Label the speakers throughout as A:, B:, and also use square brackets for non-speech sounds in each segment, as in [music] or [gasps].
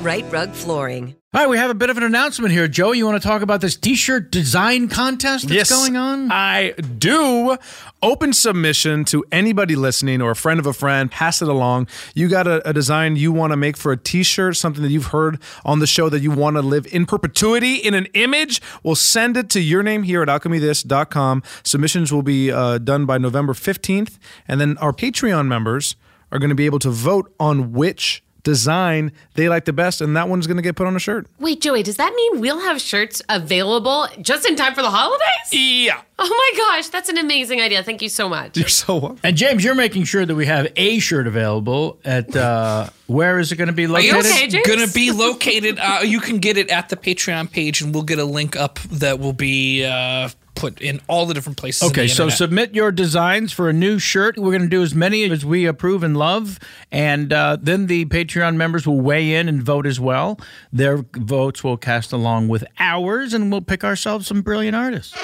A: Right Rug Flooring.
B: All right, we have a bit of an announcement here. Joe, you want to talk about this t shirt design contest that's going on?
C: I do. Open submission to anybody listening or a friend of a friend. Pass it along. You got a, a design you want to make for a t shirt, something that you've heard on the show that you want to live in perpetuity in an image. We'll send it to your name here at alchemythis.com. Submissions will be uh, done by November 15th. And then our Patreon members are going to be able to vote on which design they like the best. And that one's going to get put on a shirt.
D: Wait, Joey, does that mean we'll have shirts available just in time for the holidays?
C: Yeah.
D: Oh my gosh, that's an amazing idea. Thank you so much.
C: You're so welcome.
B: And James, you're making sure that we have a shirt available at uh, where is it going to be
D: you
B: located?
D: okay,
E: It's
D: James?
E: gonna be located. Uh, you can get it at the Patreon page, and we'll get a link up that will be uh, put in all the different places. in
B: Okay,
E: the
B: so
E: internet.
B: submit your designs for a new shirt. We're going to do as many as we approve and love, and uh, then the Patreon members will weigh in and vote as well. Their votes will cast along with ours, and we'll pick ourselves some brilliant artists.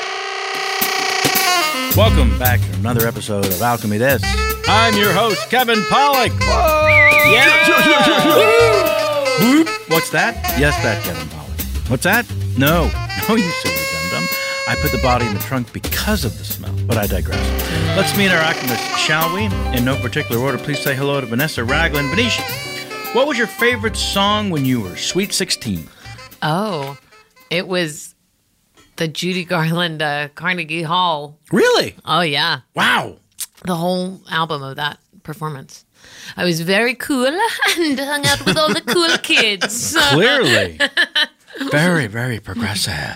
B: Welcome back to another episode of Alchemy This. I'm your host, Kevin Pollock. Yeah! Boop. What's that? Yes, that Kevin Pollock. What's that? No. [laughs] No, you silly dum dum. I put the body in the trunk because of the smell, but I digress. Let's meet our alchemist, shall we? In no particular order, please say hello to Vanessa Raglan. Venetia, what was your favorite song when you were sweet 16?
D: Oh, it was the Judy Garland uh, Carnegie Hall.
B: Really?
D: Oh, yeah.
B: Wow.
D: The whole album of that performance. I was very cool and hung out with all the cool kids. [laughs]
B: Clearly. very, very progressive.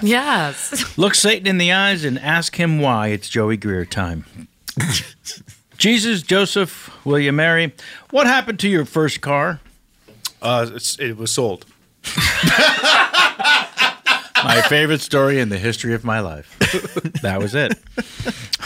E: [laughs]
D: yes.
B: Look Satan in the eyes and ask him why. It's Joey Greer time. Jesus, Joseph, will you marry? What happened to your first car?
C: Uh, it's, it was sold.
B: [laughs] My favorite story in the history of my life. that was it.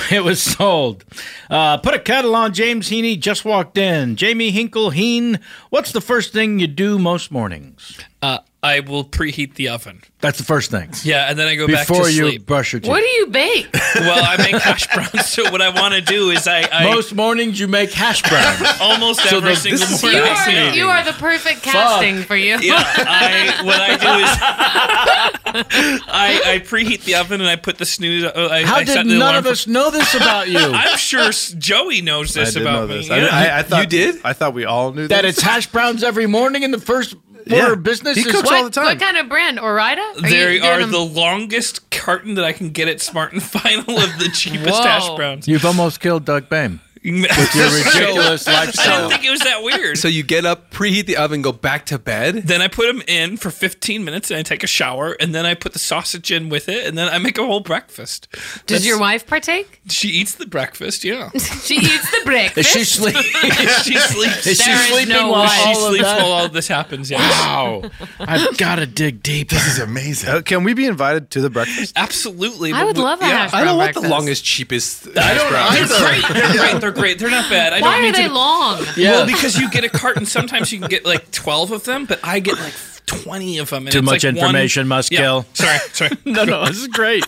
B: It was sold. Uh, put a kettle on. James Heaney just walked in. Jamie Hinkle Heen, what's the first thing you do most mornings?
E: Uh, I will preheat the oven.
B: That's the first thing.
E: Yeah, and then I go back
B: Before
E: to
B: you
E: sleep.
B: brush your teeth.
D: What do you bake?
E: well, I make hash browns, so what I want to do is I, I
B: most mornings you make hash browns.
E: [laughs] almost every single
B: this is
E: morning.
D: you,
E: I
D: are,
E: say-
D: you are the perfect casting for you.
E: Yeah, I what I do is [laughs] I, I preheat the oven and I put the snooze. uh, I,
B: How
E: I set
B: did
E: the
B: none
E: alarm
B: of
E: for-
B: us know this about [laughs] you?
E: I'm sure s- Joey knows this
C: didn't
E: about
C: know this.
E: me. Yeah.
C: I, I, I thought,
F: You did?
C: I thought we all knew
B: that
C: this.
B: it's hash browns every morning and the
C: [laughs]
B: first order
C: Yeah.
B: of business
C: He
B: is
C: cooks
B: what?
C: all the time.
D: What kind of brand? Orida? Are
E: they
D: you doing
E: are
D: them-
E: the longest carton that I can get at Smart and Final of the cheapest
D: Whoa.
E: hash browns.
B: You've almost killed
E: [laughs]
B: Doug Bame. Your ridiculous
E: I
B: lifestyle.
E: didn't think it was that weird.
F: So you get up, preheat the oven, go back to bed.
E: then I put them in for 15 minutes and I take a shower and then I put the sausage in with it and then I make a whole breakfast.
D: Does your wife partake?
E: She eats the breakfast,
D: [laughs]
E: yeah.
D: She eats the
B: Is
D: breakfast.
B: she
D: [laughs]
B: sleeping?
E: [laughs] she sleeps.
B: Is she
D: There is
B: sleeping
D: no
B: while
D: way.
E: she
B: all of
E: sleeps
B: that?
E: while all this happens, yes. [laughs]
B: Wow. I've got to dig deep.
F: This is amazing.
C: Uh, can we be invited to the breakfast?
E: Absolutely.
D: I would love a hash
F: I
D: brown
F: don't want the
D: breakfast.
F: longest,
C: [laughs]
F: cheapest hash browns.
E: They're great. They're great.
D: [laughs]
E: They're great. They're not bad. I don't
D: Why
E: need
D: are
E: to
D: they long?
B: Yeah.
E: Well, because you get a carton, sometimes you can get like twelve of them, but I get like twenty of them. And [laughs]
B: Too
E: it's,
B: much
E: like, one-
B: information must
E: Yeah.
B: kill.
E: Sorry,
B: [laughs]
E: sorry.
B: No, no, this is great.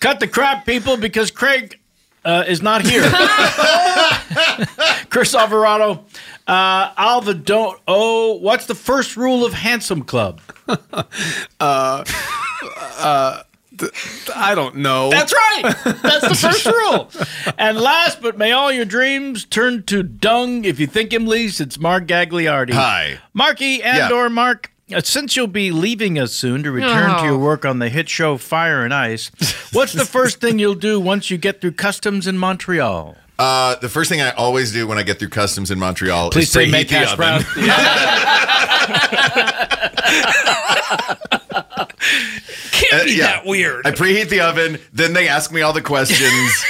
B: Cut the crap, people, because Craig uh, is not
F: [laughs]
B: here. Chris Alvarado, uh, Alva, don't. Oh, what's the first rule of Handsome
F: [laughs]
B: Club?
F: Uh, I don't know.
B: That's right. That's the
F: [laughs]
B: first rule. And last, but may all your dreams turn to dung if you think him least. It's Mark Gagliardi.
G: Hi.
B: Marky and
G: Yeah.
B: or Mark. uh, Since you'll be leaving us soon to return to
D: Oh.
B: your work on the hit show Fire and Ice, what's the first thing you'll do once you get through customs in Montreal?
G: Uh, the first thing I always do when I get through customs in Montreal
B: Please
G: is
B: say
G: preheat
B: make
G: the
B: hash
G: oven.
B: [laughs] brown.
E: Can't be
G: Uh, yeah.
E: that weird.
G: I preheat the oven. Then they ask me all
B: [laughs]
G: the questions.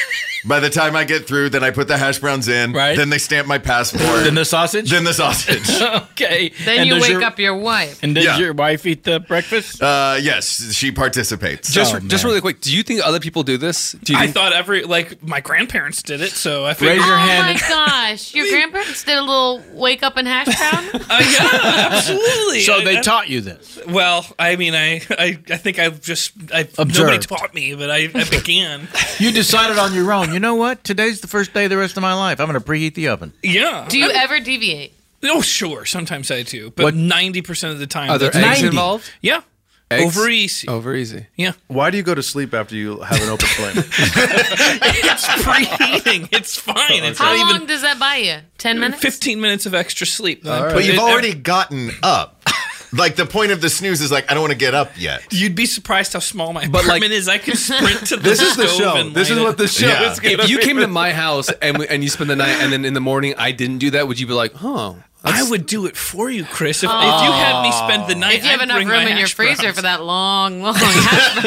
G: By the time I get through, then I put the hash browns in.
E: Right.
G: Then they stamp my passport.
B: Then the sausage.
G: Then the sausage.
B: okay.
D: Then
B: And
D: you
B: does
D: wake
B: your-
D: up your wife.
B: [laughs] And does
G: Yeah.
B: your wife eat the breakfast?
G: Uh, yes, she participates.
F: Just,
B: Oh,
F: just
B: man.
F: really quick, do you think other people do this? Do you
E: I
F: think,
E: thought every like my grandparents did it, so I
B: Raise
E: figured.
B: your
D: oh
B: hand.
D: my gosh! Your grandparents did a little wake up
B: [laughs]
D: and hash brown.
E: Uh, yeah, absolutely.
B: so they
E: I-
B: taught you this.
E: I- Well, I mean, I, I, I think I've just I nobody
B: Observed.
E: taught me, but I, I
D: [laughs]
E: began.
B: You decided on your own. You know what? Today's the first day of the rest of my life. I'm going to preheat the oven.
E: yeah.
D: Do you ever deviate?
E: Oh, sure. Sometimes I do, but
B: What-
E: ninety percent of the time,
F: are there
E: that's-
F: eggs
B: 90.
F: involved?
E: yeah,
F: Eggs?
E: over e-, easy.
F: Over easy.
E: Yeah,
C: Why do you go to sleep after you have an open flame?
E: it's [laughs] preheating. It's fine. It's
D: How
E: not even
D: long does that buy you? Ten minutes.
E: 15 minutes of extra sleep. Then I put
G: But
E: it
G: you've
E: every-
G: already gotten up. Like the point of the snooze is like I don't want to get up yet.
E: You'd be surprised how small my
F: But, like-
E: apartment is. I can sprint to the
C: this is the
E: stove
C: show.
E: and
C: This
E: light
C: is
E: it. [laughs]
C: what the show
G: Yeah.
C: is going
F: If you came to my house and we- and you spend the night, and then in the morning I didn't do that, would you be like, oh,
E: I would do it for you, Chris. If, if you had me spend the night,
D: If you have
E: I'd
D: enough
E: bring
D: room
E: my
D: in your
E: hash
D: freezer
E: browns.
D: for that long, long
B: [laughs]
D: hash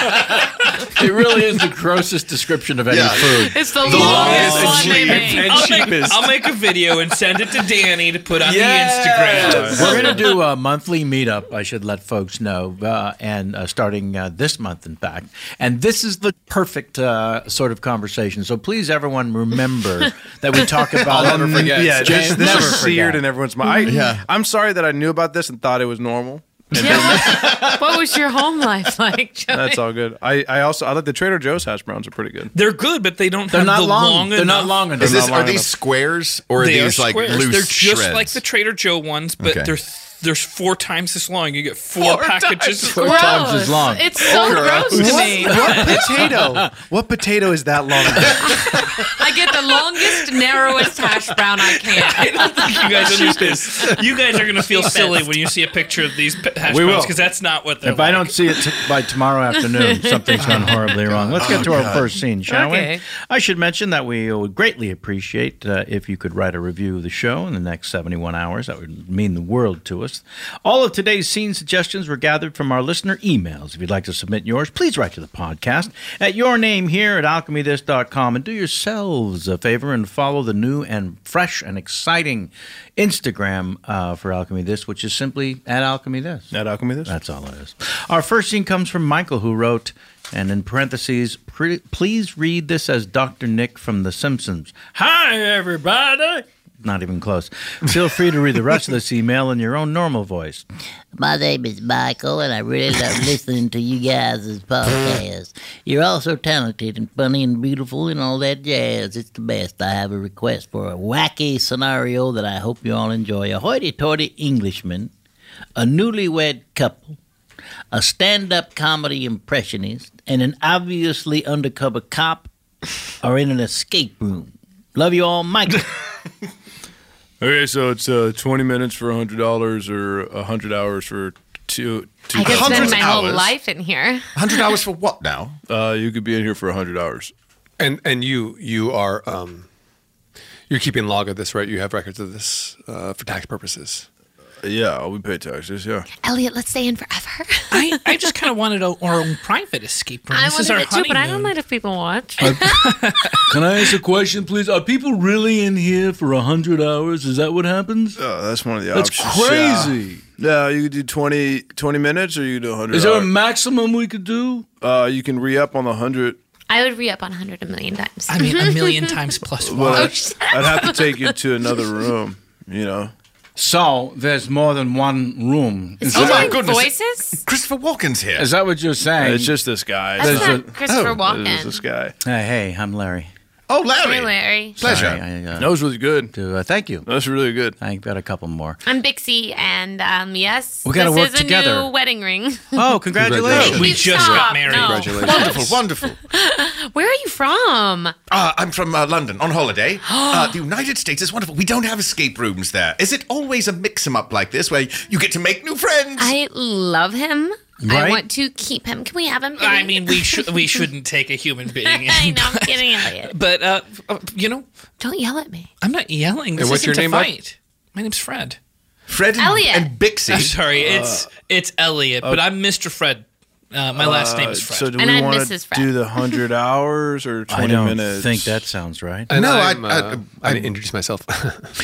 D: brown.
B: It really is the grossest description of any
G: Yeah.
B: food.
D: It's the, longest
G: longest
D: one they
G: achievement.
D: make. Oh
E: I'll make, I'll make a video and send it to Danny to put on the Instagram.
B: We're going to do a monthly meetup, I should let folks know, uh, and uh, starting uh, this month, in fact. And this is the perfect uh, sort of conversation. So please, everyone,
F: [laughs]
B: remember [laughs] that we talk about.
F: I'll never forget.
C: Yeah,
F: James,
C: this, this
B: never
C: is seared
B: forget.
C: in everyone's mind. I, I'm sorry that I knew about this and thought it was normal.
D: Yeah, what, what was your home life like, Joey?
C: That's all good. I, I also I like the Trader Joe's hash browns are pretty good.
E: They're good, but they don't
B: They're
E: have
B: not
E: the
B: long.
E: long
B: They're
E: enough.
B: not long enough.
G: Is this
C: not
G: are
C: long
G: these
C: enough.
G: squares or are
E: They are
G: these like
E: squares.
G: loose
E: They're just
G: shreds?
E: like the Trader Joe ones, but
G: Okay.
E: they're th- there's four times this long. You get four, packages.
B: Four times as long.
D: It's so gross to me.
C: potato? What potato is that
H: [laughs]
C: long?
D: I get the longest, narrowest hash brown I
B: [laughs]
D: can.
E: [laughs] I think you guys understand. You guys are gonna feel silly when you see a picture of these p- hash
B: We will.
E: browns because that's not what they're.
B: If I don't see it t-
E: [laughs]
B: by tomorrow afternoon, something's gone horribly wrong. Let's get to our first scene, shall
D: Okay.
B: we? I should mention that we would greatly appreciate uh, if you could write a review of the show in the next 71 hours. That would mean the world to us. listeners. All of today's scene suggestions were gathered from our listener emails. If you'd like to submit yours, please write to the podcast at your name here at alchemythis.com and do yourselves a favor and follow the new and fresh and exciting Instagram uh, for Alchemy This, which is simply at Alchemy This. At Alchemy This? That's all it is. Our first scene comes from Michael, who wrote, and in parentheses, pre- please read this as Dr. Nick from The Simpsons. Hi, everybody! Not even close. Feel free to read the rest of this email in your own normal voice.
I: My name is Michael, and I really
D: [laughs]
I: love listening to you guys' podcast. You're all so talented and funny and beautiful and all that jazz. It's the best. I have a request for a wacky scenario that I hope you all enjoy. A hoity-toity Englishman, a newlywed couple, a stand-up comedy impressionist, and an obviously undercover cop are in an escape room. Love you all, Michael.
H: Okay, so it's uh, twenty minutes for hundred dollars or hundred hours for two. two
D: I could spend my whole life in here.
H: what now? Uh, you could be in here for hundred hours.
F: And and you you are um, you're keeping log of this, right? You have records of this uh, for tax purposes.
H: Yeah, we pay taxes. Yeah.
D: Elliot, let's stay in forever.
E: [laughs] I, I just kind of wanted a, our own private escape room.
D: [laughs] I
E: this is our
D: wanted it too, but I
E: honeymoon.
D: don't mind if people watch.
B: Can I ask a question, please? Uh, Are people really in here for 100 hours? Is that what happens?
H: Oh, that's one of the
B: That's
H: options.
B: crazy.
H: Yeah. Yeah, you could do 20, 20 minutes or you could do 100
B: Is there a
H: maximum we could do? Uh, you can re up on the 100.
D: I would re up on 100 a million times.
E: I mean, a
D: [laughs]
E: million times plus one.
H: Well,
D: Oh,
H: I'd,
D: shit.
H: I'd have to take you to another room, you know.
B: So there's more than one room.
D: Is he doing voices?
H: Christopher Walken's here. Uh,
B: Is that what you're saying?
H: It's just this guy.
D: That's
H: There's
D: not Christopher
H: oh,
D: Walken.
H: there's this guy.
B: hey, I'm Larry.
D: Oh, Larry. Hey, Larry.
B: Sorry, I, uh,
H: that was really good.
B: To, uh, thank you. That
H: was really good.
B: I got a couple more.
D: I'm Bixie, and um, yes,
B: We gotta
D: this
B: work
D: is a
B: together.
D: new wedding ring.
B: [laughs] Oh, congratulations.
D: We just got married.
G: Congratulations.
D: Wonderful,
G: wonderful.
D: [laughs] Where are you from?
G: Uh, I'm from uh, London on
D: [gasps]
G: holiday. uh, the United States is wonderful. We don't have escape rooms there. Is it always a mix 'em up like this where you get to make new friends?
D: I love him. I
G: Right?
D: want to keep him. Can we have him?
E: I mean, we should we shouldn't take a human being.
D: [laughs] I know, I'm kidding, Elliot.
E: But uh, uh, you know,
D: Don't yell at me.
E: I'm not yelling.
D: And
E: This
D: what's
E: isn't
D: your
E: a
D: name, Mike?
E: fight. My name's Fred.
G: Fred
D: and- Elliot. and
G: Bixie.
E: I'm sorry, it's
H: Uh,
E: it's Elliot, but
H: uh,
E: I'm Mr. Fred. Uh, my last name is
H: Uh,
E: Fred.
H: So do we want to do the
E: [laughs]
H: 100 hours or 20
B: don't
H: minutes?
B: think that sounds right.
F: And
B: No,
F: I'm,
B: I-
F: uh,
B: I-
F: I'm
B: I'm-
F: gonna introduce myself. [laughs]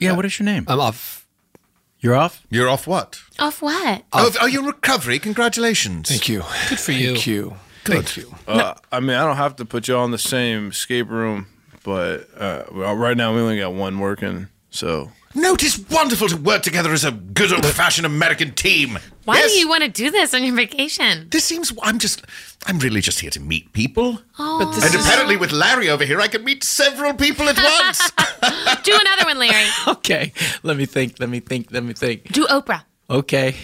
B: Yeah, what is your name?
F: I'm off.
B: You're off.
G: You're off what?
D: Off what?
G: Oh, are you in recovery? Congratulations.
F: Thank you.
E: Good for
F: Thank you.
G: Good.
F: Thank you.
H: Uh, I mean, I don't have to put you all in the same escape room, but uh, well, right now we only got one working. So
G: No, it is wonderful to work together as a good old fashioned American team.
D: Why do you want to do this on your vacation?
G: This seems. I'm just. I'm really just here to meet people.
D: Oh. But this
G: and
D: is-
G: apparently, with Larry over here, I can meet several people
D: [laughs]
G: at once.
D: do another
E: [laughs]
D: one, Larry.
B: [laughs] Okay, let me think. Let me think. Let me think.
D: Do Oprah.
B: Okay.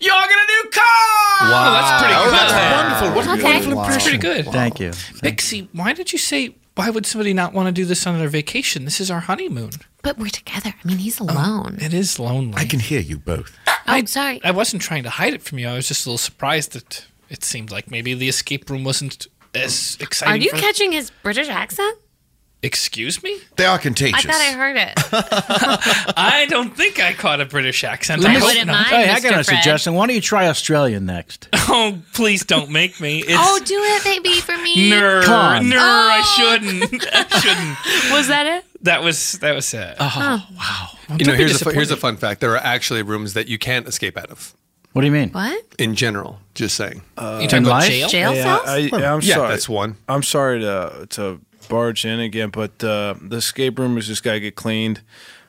E: You're gonna do Carl.
B: Wow.
F: Ah,
E: that's pretty
B: Oh,
E: good.
B: that's wonderful. What a Okay. beautiful
E: That's pretty
B: impression.
E: good.
B: Wow. Thank you.
E: Bixie, why did you say? Why would somebody not want to do this on their vacation? This is our honeymoon.
D: But we're together. I mean, he's alone.
E: It is lonely. I
G: can hear you both.
D: I'm sorry.
E: Oh, I wasn't trying to hide it from you. I was just a little surprised that it seemed like maybe the escape room wasn't as exciting.
D: Are you
E: for-
D: catching his British accent?
E: Excuse me?
G: They are
D: I thought I heard it.
E: I don't think I caught a British accent.
D: I
E: hope
D: wouldn't
E: not.
D: mind,
B: Hey, I got a
D: Mr. Fred.
B: suggestion. Why don't you try Australia next?
E: Oh, please don't make me. It's
D: oh, do it, baby, for me. Oh.
E: ner,
B: Come on.
E: ner, I shouldn't. I shouldn't.
D: Was that it?
E: That was that was it.
B: Uh-huh.
D: Oh.
E: I'm
F: You know,
E: totally
F: here's a, fu- here's a
E: disappointed.
F: fun fact. There are actually rooms that you can't escape out of.
B: What do you mean?
D: What?
F: In general, just saying.
H: Uh,
F: You talking about life? jail? Jail
H: Hey,
F: cells?
H: I,
D: Hmm.
H: I, am
F: Yeah,
H: sorry.
F: that's one.
H: I'm sorry to to barge in again, but uh, the escape room has just got to get cleaned.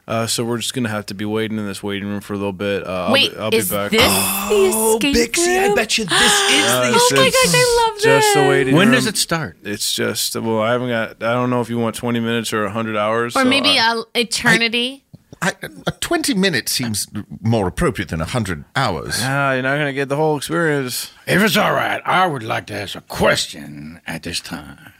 H: Uh, so we're just gonna have to be waiting in this waiting room for a little bit. Uh, I'll
D: Wait,
H: be, I'll
D: is
H: be
E: [gasps]
H: back.
D: this the escape
E: Oh, Bixie, I
D: room?
E: bet you
D: [gasps]
E: this is
H: Uh,
E: the
H: it's-
D: Oh my
H: it's
D: gosh, I love
H: Just the
D: this.
H: waiting
B: When
H: room.
B: does it start?
H: It's just well, I haven't got. I don't know if you want 20 minutes or 100 hours. so
D: Or
H: uh,
D: maybe
H: I-
D: a eternity.
G: A 20 minutes seems more appropriate than 100 hours.
H: Ah, you're not gonna get the whole experience.
B: If it's all right, I would like to ask a question at this
J: [laughs]
B: time.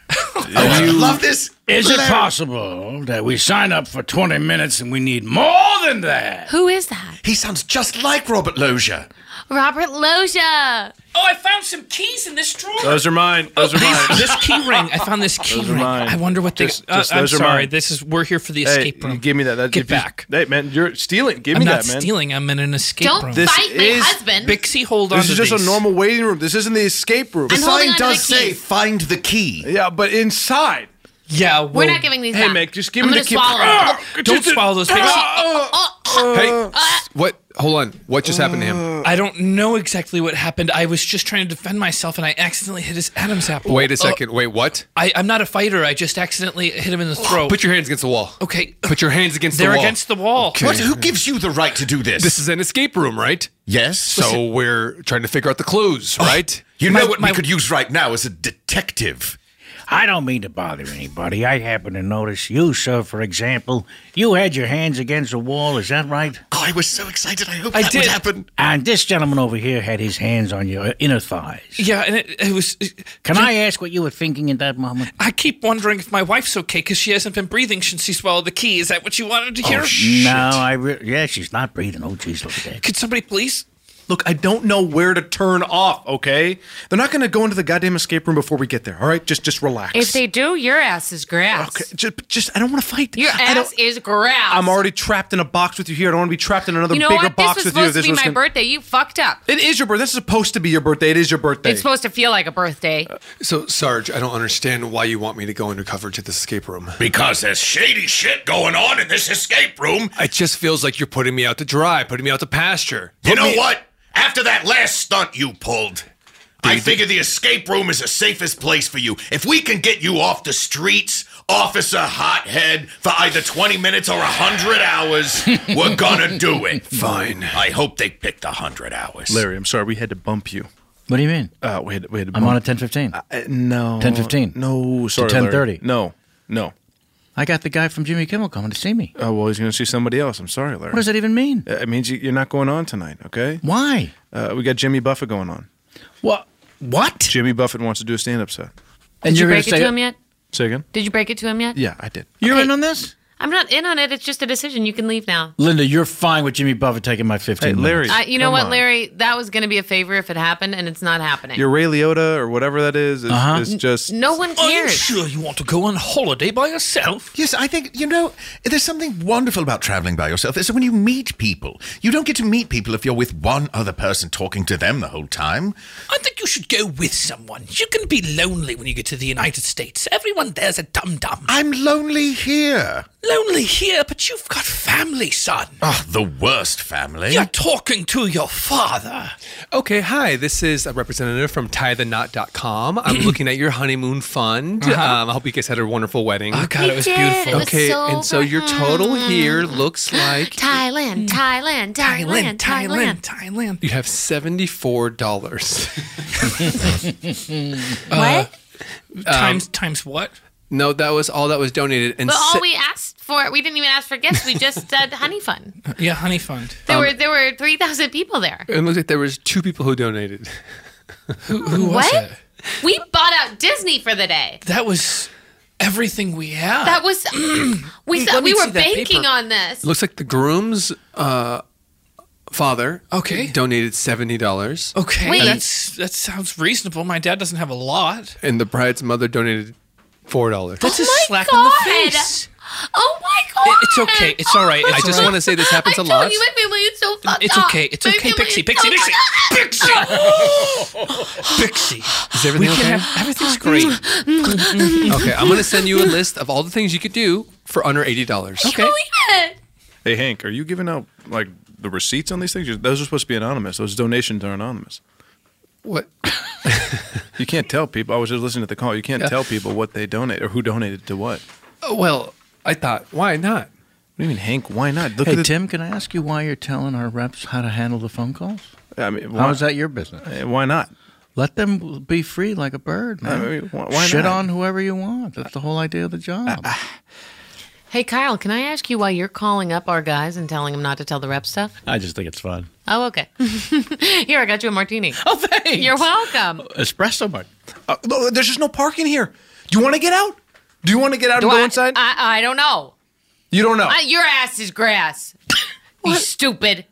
G: I love this.
B: Is it
G: Larry.
B: possible that we sign up for 20 minutes and we need more than that?
D: Who is that?
G: He sounds just like Robert Lozier.
D: Robert Loja.
E: Oh, I found some keys in this drawer.
K: Uh,
H: Those are mine. Those
E: Oh,
H: are mine.
E: these- this key ring. I found this key
H: Those are
E: ring.
H: mine.
E: I wonder what they.
H: Just-
E: uh,
H: just
E: I'm
H: those are
E: sorry.
H: mine.
E: This is we're here for the
H: Hey,
E: escape room.
H: Give me that. that
E: Get
H: if you-
E: back.
H: Hey man, you're stealing. Give
E: I'm
H: me
E: not
H: that, man.
E: stealing. I'm in an escape
L: Don't
E: room.
H: This
L: bite my
H: is-
L: husband.
E: Bixie, hold on.
H: This is
E: to
H: just a
E: these.
H: normal waiting room. This isn't the escape room.
L: The I'm holding sign onto does the key. say,
H: "Find the key." Yeah, but inside.
E: Yeah,
L: We're not giving these
H: Hey,
L: back.
H: Mick, just give
L: I'm
H: me
L: gonna
H: the key.
L: swallow
H: Ah,
L: them.
E: Don't
H: just-
E: swallow [laughs] those, Bixie. oh, [laughs]
F: Hey, what? Hold on. What just happened to him?
E: I don't know exactly what happened. I was just trying to defend myself, and I accidentally hit his Adam's apple.
F: Wait
E: Uh,
F: a second. Wait, what?
E: I, I'm not a fighter. I just accidentally hit him in the throat.
F: Put your hands against the wall.
E: Okay.
F: Put your hands against
E: They're
F: the wall.
E: against the wall.
F: Okay.
J: What? Who gives you the right to do this?
F: This is an escape room, right?
J: Yes.
F: So we're trying to figure out the
E: Oh,
F: clues, right?
J: you know what we could use right now is a detective.
B: I don't mean to bother anybody. I happen to notice you, sir, for example. You had your hands against the wall, is that right?
J: Oh, I was so excited. I hope
E: I
J: that
E: did.
J: would happen.
B: And this gentleman over here had his hands on your inner thighs.
E: Yeah, and it, it was.
B: Can I ask what you were thinking at that moment?
E: I keep wondering if my wife's okay because she hasn't been breathing since she swallowed the key. Is that what you wanted
F: Oh,
E: to hear?
B: Oh, No, I re- yeah, she's not breathing. Oh, jeez, look at that.
E: Could somebody please?
C: Look, I don't know where to turn off. Okay, they're not going to go into the goddamn escape room before we get there. All right, just just relax.
D: If they do, your ass is grass.
C: just, just I don't want to fight.
D: Your
C: I don't-
D: ass is grass.
C: I'm already trapped in a box with you here. I don't want to be trapped in another
D: you know
C: bigger
D: what? This
C: box with
D: was
C: you.
D: supposed to be
C: was
D: my
C: gonna-
D: birthday. You fucked up.
C: It is your birthday. This is supposed to be your birthday. It is your birthday.
D: It's supposed to feel like a birthday.
F: So, Sarge, I don't understand why you want me to go undercover to this escape room.
J: Because there's shady shit going on in this escape room.
F: It just feels like you're putting me out to dry, putting me out to pasture.
J: You
F: Put
J: know
F: me-
J: what? After that last stunt you pulled, I figure the escape room is the safest place for you. If we can get you off the streets, Officer Hothead, for either 20 minutes or 100 hours, we're gonna do it.
H: Fine.
J: I hope they pick the 100 hours.
H: Larry, I'm sorry. We had to bump you.
B: What do you mean?
H: Uh, we had, we had to
B: I'm
H: bump.
B: on at ten fifteen.
H: Uh, no.
B: 10:15.
H: No,
B: To
H: sorry.
B: 10:30.
H: Larry. No, no.
B: I got the guy from Jimmy Kimmel coming to see me.
H: Oh, well, he's going to see somebody else. I'm sorry, Larry.
B: What does that even mean?
H: Uh, It means you- you're not going on tonight, okay?
B: Why?
H: Uh, we got Jimmy Buffett going on.
B: What? What?
H: Jimmy Buffett wants to do a stand up set.
D: Did you break it to him yet?
H: Say again?
D: Did you break it to him yet?
H: Yeah, I did.
B: You're in on this?
D: I'm not in on it. It's just a decision. You can leave now.
B: Linda, you're fine with Jimmy Buffett taking my 15
H: Hey, Larry,
D: Uh, you know
H: come
D: what,
H: on.
D: Larry? That was going to be a favor if it happened, and it's not happening.
H: Your Ray Liotta or whatever that is
B: Uh,
H: is,
D: Uh-huh.
H: is just.
D: no one cares.
E: Sure, you want to go on holiday by yourself?
J: Yes, I think, you know, there's something wonderful about traveling by yourself. Is that when you meet people, you don't get to meet people if you're with one other person talking to them the whole time.
E: I think you should go with someone. You can be lonely when you get to the United States. Everyone there's a dum dum.
J: I'm lonely here.
E: Lonely here, but you've got family, son.
J: Ah, the worst family.
E: You're talking to your father.
F: Okay, hi. This is a representative from tithethenot.com.
E: [clears throat]
F: I'm looking at your honeymoon fund.
E: Uh-huh.
F: Um, I hope you guys had a wonderful wedding.
E: Oh, God, We it was did. beautiful. It was
F: okay,
E: so
F: and so your total here looks like
D: Thailand, Thailand, Mm. Thailand, Thailand,
E: Thailand.
F: you have
E: Mm.
F: $74.
D: [laughs]
E: Uh,
D: What?
E: times times what?
F: Um, No, that was all that was donated. And
D: But all
F: se-
D: we asked for, we didn't even ask for gifts. We
E: [laughs]
D: just said honey fun.
E: Yeah, honey fund.
D: There were there were three thousand people there.
F: Um, it looks like there was two people who donated.
E: Who was
D: What?
E: it?
D: We bought out Disney for the day.
E: That was everything we had.
D: That was [clears throat] we
E: Ah. Let
D: thought
E: me
D: we
E: see
D: were
E: that paper.
D: banking on this.
F: It looks like the groom's uh, father
E: Okay.
F: donated $70.
E: Okay,
F: Wait.
E: that's that sounds reasonable. My dad doesn't have a lot.
F: And the bride's mother donated $4.
E: That's a slap in the face.
D: Oh my god!
E: It's okay. It's all right. It's
F: I just
E: all right.
F: want to say this happens a
D: I
F: lot.
D: told you my family is so fucked
E: It's
D: up.
E: okay. It's
D: My
E: okay.
D: family
E: Pixie,
D: is
E: Pixie,
D: so
E: Pixie, Pixie,
D: [laughs]
E: Pixie. [laughs]
F: Is everything
E: we can
F: okay?
E: have everything's great.
F: [laughs] okay, I'm going to send you a
E: [laughs]
F: list of all the things you could do for under $80.
D: Believe it.
H: Hey, Hank, are you giving out like the receipts on these things? Those are supposed to be anonymous. Those donations are anonymous.
F: What?
H: [laughs] You can't tell people. I was just listening to the call. You can't
F: Yeah.
H: tell people what they donate or who donated to what.
F: Uh, Well, I thought, why not?
H: What do you mean, Hank? Why not? Look
B: hey,
H: at the,
B: Tim, can I ask you why you're telling our reps how to handle the phone calls?
H: I mean,
B: How is that your business?
H: Eh, Why not?
B: Let them be free like a bird, man.
H: I mean, wh- why
B: Shit
H: not? Uh,
B: on whoever you want. That's the whole idea of the job.
D: Hey Kyle, can I ask you why you're calling up our guys and telling them not to tell the rep stuff?
B: I just think it's fun.
D: Oh, okay. [laughs] Here, I got you a martini. [laughs] Oh, thanks. You're welcome.
B: Espresso mug.
C: Uh, look, there's just no parking here. Do you want to get out? Do you want to get out
D: Do
C: and go
D: I,
C: inside?
D: I, I don't know.
C: you don't know.
D: I- your ass
F: [laughs]
D: is grass. you stupid.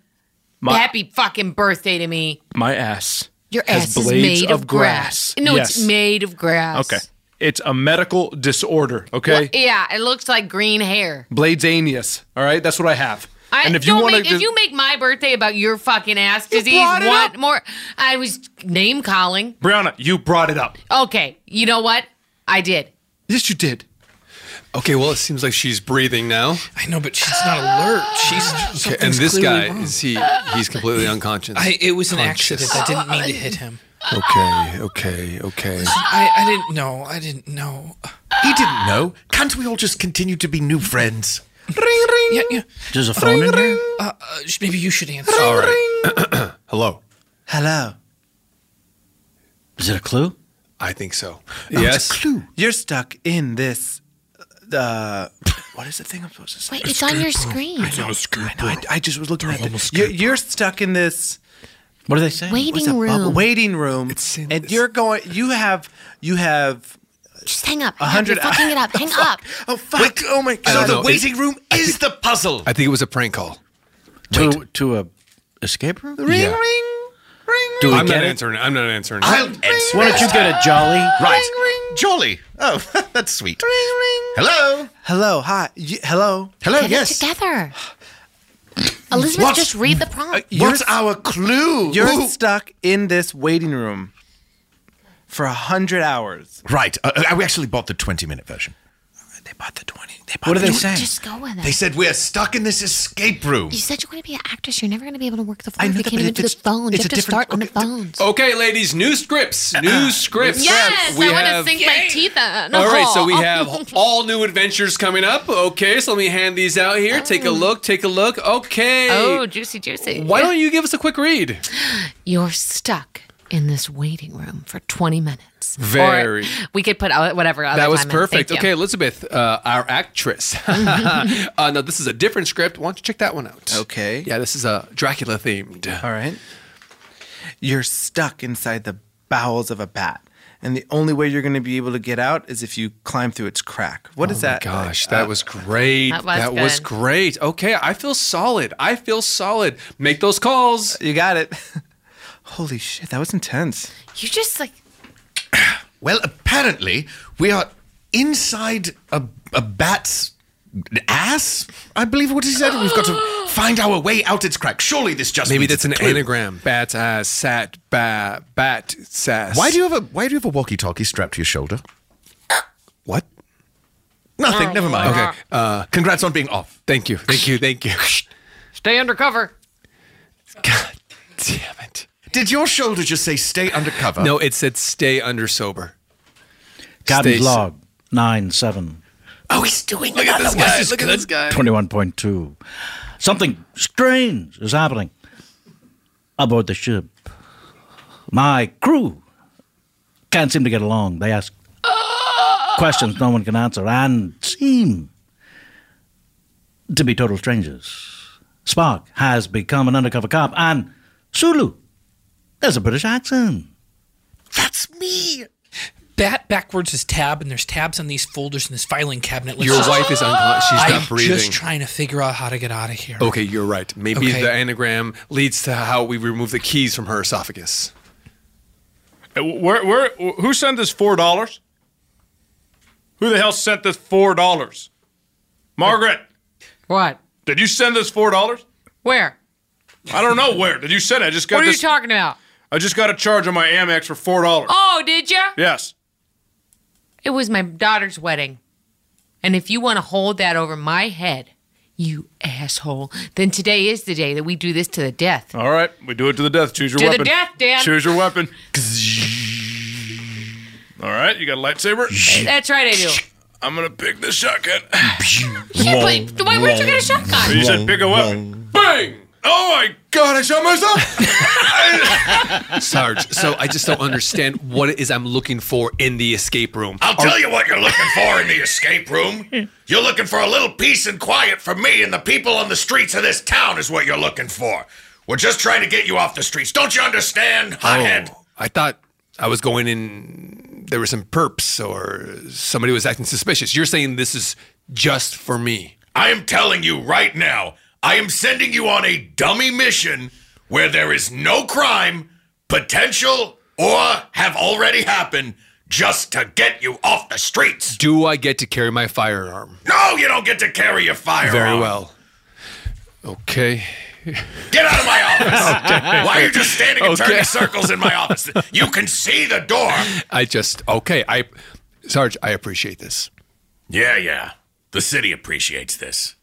H: My-
D: Happy fucking birthday to me.
H: My ass
D: Your
F: has
D: ass is
F: blades
D: made
F: of
D: of, grass.
F: grass.
D: No,
F: Yes.
D: it's made of grass.
F: Okay. It's a medical disorder, okay?
D: Well, yeah, it looks like green hair.
F: Bladesanius. All right, that's what I have.
D: I,
F: and if you
D: don't
F: want
D: make,
F: to,
D: if you make my birthday about your fucking ass
F: You
D: disease,
F: brought it
D: what more? I was name calling.
F: Brianna, you brought it up.
D: Okay, you know what? I did.
F: Yes, you did. Okay, well, it seems like she's breathing now. I know, but she's not alert. She's okay, and
E: something's
F: this
E: clearly
F: guy
E: wrong.
F: is he? He's completely unconscious.
E: I, it was an
F: Conscious.
E: accident. I didn't mean to hit him.
F: Okay, okay, okay.
E: I, I didn't know. I didn't know.
J: He didn't know. Can't we all just continue to be new friends?
E: Yeah, yeah.
B: There's a phone in there?
E: Uh, uh, sh- maybe you should answer.
J: All right. [clears throat] Hello.
B: Hello. Is it a clue?
F: I think so.
C: yes. You're stuck in this. Uh, what is the thing I'm supposed to say?
D: Wait, it's on your screen.
C: I know, I, know, I, I just was looking at the. You're, you're stuck in this. What are they saying? Uh,
D: Waiting What's that, room. Bubba?
C: Waiting room. and you're going. You have. You have.
D: Just hang up.
C: A
D: Hang up. You're
C: hundred-
D: fucking it up. Hang up.
C: Oh fuck. oh my
F: I
C: god.
F: don't know. It-
C: room is the puzzle.
F: I think it was a prank call.
B: To, to a escape room?
F: Ring, ring, ring.
B: Do we
F: I'm
B: get
F: not
B: it?
F: answering. it. I'm not answering. it.
B: I'll Why don't you get a jolly?
J: Right. Jolly. Oh, [laughs] that's sweet. Hello.
C: Hello. Hi. Y- hello.
J: Hello.
D: Get
J: yes.
D: it together. Elizabeth,
C: What's-
D: just read the prompt.
C: our
J: clue?
C: Uh, You're
J: Who-
C: stuck in this waiting room for a hundred hours.
J: Right. Uh, uh, we actually bought the 20 minute version.
C: What are they saying?
D: Just go with it.
J: They said we're stuck in this escape room.
D: You said you want to be an actress. You're never going to be able to work the
J: I
D: phone.
J: know
D: You
J: that,
D: can't
J: but
D: even
J: if
D: do the
J: it's-
D: phone. You
J: it's
D: have
J: a
D: to
J: different-
D: start on the phone.
F: Okay, ladies, new scripts. New scripts.
D: Yes, I want to
F: Uh-uh. have-
D: sink my teeth in. Oh.
F: All right, so we have all new adventures coming up. Okay, so let me hand these out here. Take a look, take a look. Okay.
D: Oh, juicy, juicy.
F: Why don't you give us a quick read?
D: You're stuck in this waiting room for 20 minutes. Or
F: Very.
D: we could put out whatever. Other
F: that was
D: time in.
F: perfect.
D: Thank
F: Okay,
D: you.
F: Elizabeth, uh, our actress. [laughs] uh, no, this is a different script. Why don't you check that one out? Okay. Yeah, this is a Dracula themed.
C: All right. You're stuck inside the bowels of a bat. And the only way you're going to be able to get out is if you climb through its crack. What is
F: Oh my
C: that? Uh,
F: gosh, that was great.
C: That was good.
F: great. Okay, I feel solid. I feel solid. Make those calls.
C: You got
F: [laughs]
C: it. Holy shit, that was intense.
D: You just like
J: Well, apparently we are inside a, a bat's ass. I believe what he said. We've
B: [gasps]
J: got to find our way out its crack. Surely this just
F: Maybe
J: means
F: that's an
J: it's a clue.
F: anagram. Bat ass, sat, bat, bat, sass.
J: Why do you have a Why do you have a walkie-talkie strapped to your shoulder? What?
C: Oh,
J: Nothing. Never mind.
F: Okay.
J: Uh, Congrats on being off.
F: Thank you. Thank you. Thank you.
D: stay undercover.
J: Did your shoulder just say "stay undercover"?
F: No, it said stay under sober.
B: Captain's
F: Stay-
B: log, 9 7.
J: Oh, he's doing
F: Look
M: [laughs]
F: at this
J: another
F: guy.
J: one.
F: Look at this guy.
B: 21.2. Something strange is happening aboard the ship. My crew can't seem to get along. They ask
M: Ah!
B: questions no one can answer and seem to be total strangers. Spark has become an undercover cop, and Sulu has a British accent.
J: That's me.
E: Bat backwards is tab, and there's tabs on these folders in this filing cabinet.
F: Your wife is unconscious. She's not
E: I'm
F: breathing. Oh.
E: just trying to figure out how to get out of here.
F: Okay, you're right. Maybe
E: Okay.
F: the anagram leads to how we remove the keys from her esophagus.
K: Uh, Where, where, who sent this four dollars? Who the hell sent this four dollars? Margaret,
D: What?
K: did you send this four dollars?
D: Where?
K: I don't know where. Did you send it? I just got
D: What are you
K: this.
D: talking about?
K: I just got a charge on my Amex for four dollars.
D: Oh, did you?
K: Yes.
D: It was my daughter's wedding. And if you want to hold that over my head, you asshole, then today is the day that we do this to the death.
K: All right, we do it to the death. Choose your
D: To the
K: weapon.
D: death, Dan.
K: Choose your weapon. All right, you got a lightsaber.
D: That's right, I do.
K: I'm gonna pick the shotgun.
D: [laughs] Yeah, but why weren't you get a shotgun?
K: You said pick a weapon. Bang! Oh my god, I shot myself.
F: Sarge, so I just don't understand what it is I'm looking for in the escape room.
J: I'll tell you what you're looking for in the escape room.
F: [laughs]
J: You're looking for a little peace and quiet from me and the people on the streets of this town is what you're looking for. We're just trying to get you off the streets. Don't you understand, hothead?
F: Oh, I thought I was going in. There were some perps or somebody was acting suspicious. You're saying this is just for me.
J: I am telling you right now, I am sending you on a dummy mission where there is no crime,
G: potential or have already happened just to get you off the streets.
F: Do I get to carry my firearm?
G: No, you don't get to carry your firearm.
F: Very well. Okay.
G: Get out of my office.
F: [laughs] Okay.
G: Why are you just standing and
F: Okay.
G: turning circles in my office? You can see the door.
F: I just okay. I Sarge, I appreciate this.
G: Yeah, yeah. The city appreciates this.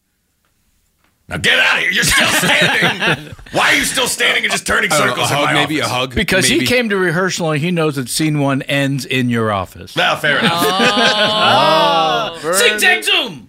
G: Now get out of here. You're still
F: [laughs]
G: standing. Why are you still standing and just turning
F: I don't know,
G: circles
F: a
G: in
F: hug,
G: my
F: maybe a
G: office?
F: hug.
M: Because
F: maybe.
M: he came to rehearsal and he knows that scene one ends in your office.
G: Now, fair enough.
E: Oh. Zing, zang,
M: zoom.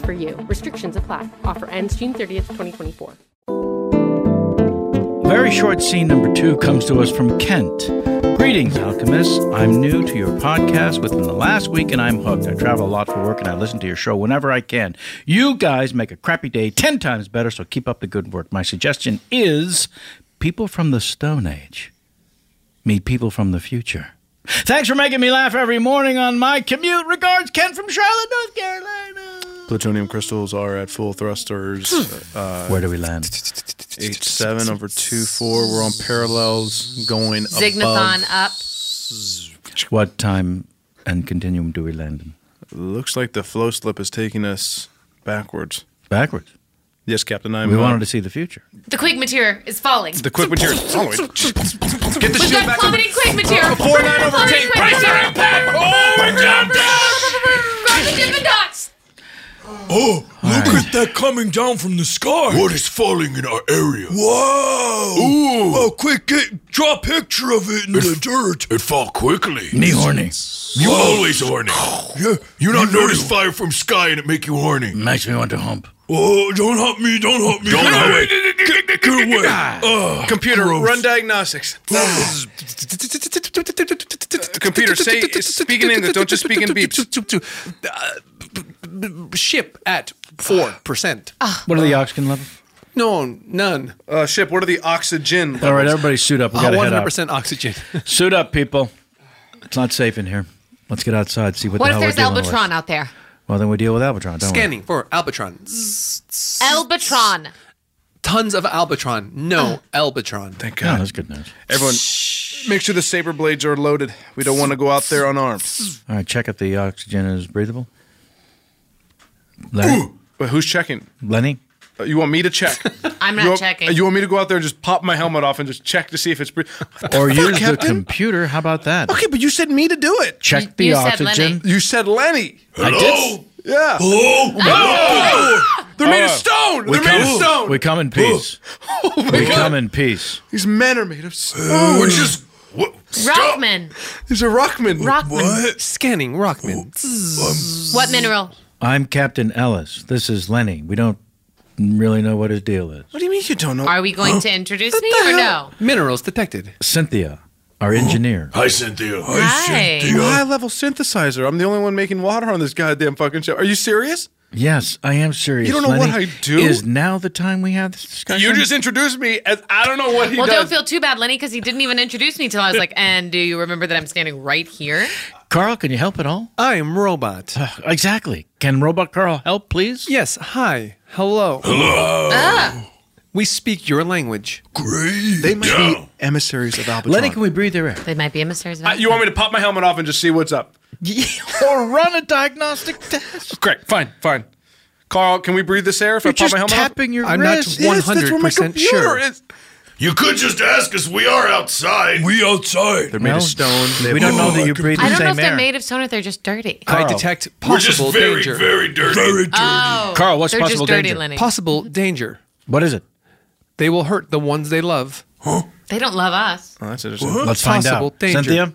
N: for you. Restrictions apply. Offer ends June 30th, 2024.
M: Very short scene number two comes to us from Kent. Greetings, alchemists. I'm new to your podcast within the last week and I'm hooked. I travel a lot for work and I listen to your show whenever I can. You guys make a crappy day 10 times better, so keep up the good work. My suggestion is people from the Stone Age.
B: meet people from the future. Thanks for making me laugh every morning on my commute. Regards, Ken from Charlotte, North Carolina.
C: Plutonium crystals are at full thrusters. Uh,
B: Where do we land?
C: Eight seven over two four. We're on parallels going
D: Zignathon
C: above.
D: up.
B: What time and continuum do we land in?
C: Looks like the flow slip is taking us backwards.
B: Backwards.
C: Yes, Captain. I'm. uh,
B: we wanted to see the future.
D: The quick material is falling.
C: The quick material is falling.
D: Get the We've got plummeting quick material.
L: Four nine
D: Plummeting
L: over tape.
D: quick
L: Price
D: material.
L: and impact. Oh my God.
D: Run the Dippin' Dots.
G: Oh, look at that coming down from the sky. What is falling in our area? Whoa! Ooh! Oh, quick, get, draw a picture of it in the dirt. It fall quickly.
B: Me horny.
G: You always horny. yeah, you not notice fire from sky and it make you horny.
B: Makes me want to hump.
G: Oh, don't hump me, don't hump me. Don't Get hump away. Get, get away.
C: Ah.
G: Ugh,
L: Computer,
G: gross.
L: run diagnostics.
F: Ah.
L: Computer, say speak in English. Don't just speak in beeps.
F: Ship at four percent.
B: What are the oxygen levels?
F: No, none.
L: Uh, ship, what are the oxygen levels?
B: All right, everybody suit up. We gotta
F: One
B: head
F: hundred
B: out.
C: [laughs]
F: percent oxygen.
B: Suit up, people. It's not safe in here. Let's get outside, see what,
D: What,
B: the
D: if
B: hell
D: there's
B: we're dealing with.
D: Albatron out there?
B: Well, then we deal with Albatron, don't
F: Scanning for Albatron.
D: Albatron.
F: Tons of Albatron.
B: Ah.
F: No Albatron. Thank
B: God. that's good news.
C: Everyone, make sure the saber blades are loaded. We don't want to go out there unarmed.
B: we? All right, check if the oxygen is breathable. Lenny?
C: But who's checking?
B: Lenny?
C: Uh, You want me to check?
D: [laughs] I'm not
C: you want,
D: checking.
C: uh, You want me to go out there and just pop my helmet off and just check to see if it's breathing?
B: Or use the computer. How about that?
C: Okay, but you said me to do it.
B: Check the oxygen.
C: You said Lenny.
B: I did Hello?
C: Yeah.
B: Hello?
C: Oh! They're made of
B: Oh.
C: stone.
B: We
C: They're
B: come-
C: made of stone. Oh,
B: We come in peace.
C: my
B: we
C: God.
B: come in peace.
C: These men are made of stone.
B: we're
C: just
D: Rockman.
C: These are Rockman.
D: Rockman. What?
C: Scanning Rockman. Um,
D: What mineral?
B: I'm Captain Ellis. This is Lenny. We don't really know what his deal is.
C: What do you mean you don't know?
D: Are we going to introduce me or no?
B: Minerals detected. Cynthia, our engineer.
G: Hi, Cynthia.
D: Hi.
C: High level synthesizer. I'm the only one making water on this goddamn fucking show. Are you serious?
B: Yes, I am serious.
C: You don't know
B: Lenny.
C: what I do?
B: Is now the time we have this discussion?
C: You just introduced me as I don't know
K: [laughs]
C: what he
D: Well, don't
C: does.
D: feel too bad, Lenny, because he didn't even introduce me till I was like, and do you remember that I'm standing right here?
B: Carl, can you help at all? Uh,
F: I am Robot.
B: exactly. Can Robot Carl help, please?
F: Yes. Hi. Hello. Hello.
D: Ah.
F: We speak your language. Great.
C: They might be emissaries of Albatron.
B: Lenny, can we breathe their air?
D: They might be emissaries of
C: Uh, you want me to pop my helmet off and just see what's up?
B: [laughs] or run a diagnostic
K: [laughs]
B: test.
C: Great, fine, fine. Carl, can we breathe this air if
B: You're
C: I pop
B: just
C: my helmet
B: tapping
C: off?
B: your
C: I'm
B: wrist.
C: not
B: Yes,
C: 100%
B: that's where my computer
C: sure.
G: is. You could just ask us. We are outside. We outside.
C: They're made
B: Well,
C: of stone. They
B: we
C: have-
B: don't know that you breathe the
D: I don't know if
B: same
D: they're
B: air.
D: made of stone or if they're just dirty.
F: I detect
B: We're just
F: possible
B: very,
F: danger.
B: very dirty. Very dirty.
D: Oh,
B: Carl, what's
D: they're just
B: possible
D: dirty,
B: danger?
D: Lenny.
F: Possible danger.
B: What is it?
F: They will hurt the ones they love.
D: They don't love us.
C: Oh, that's
B: Let's find
F: Possible
B: out.
F: danger.
B: Cynthia,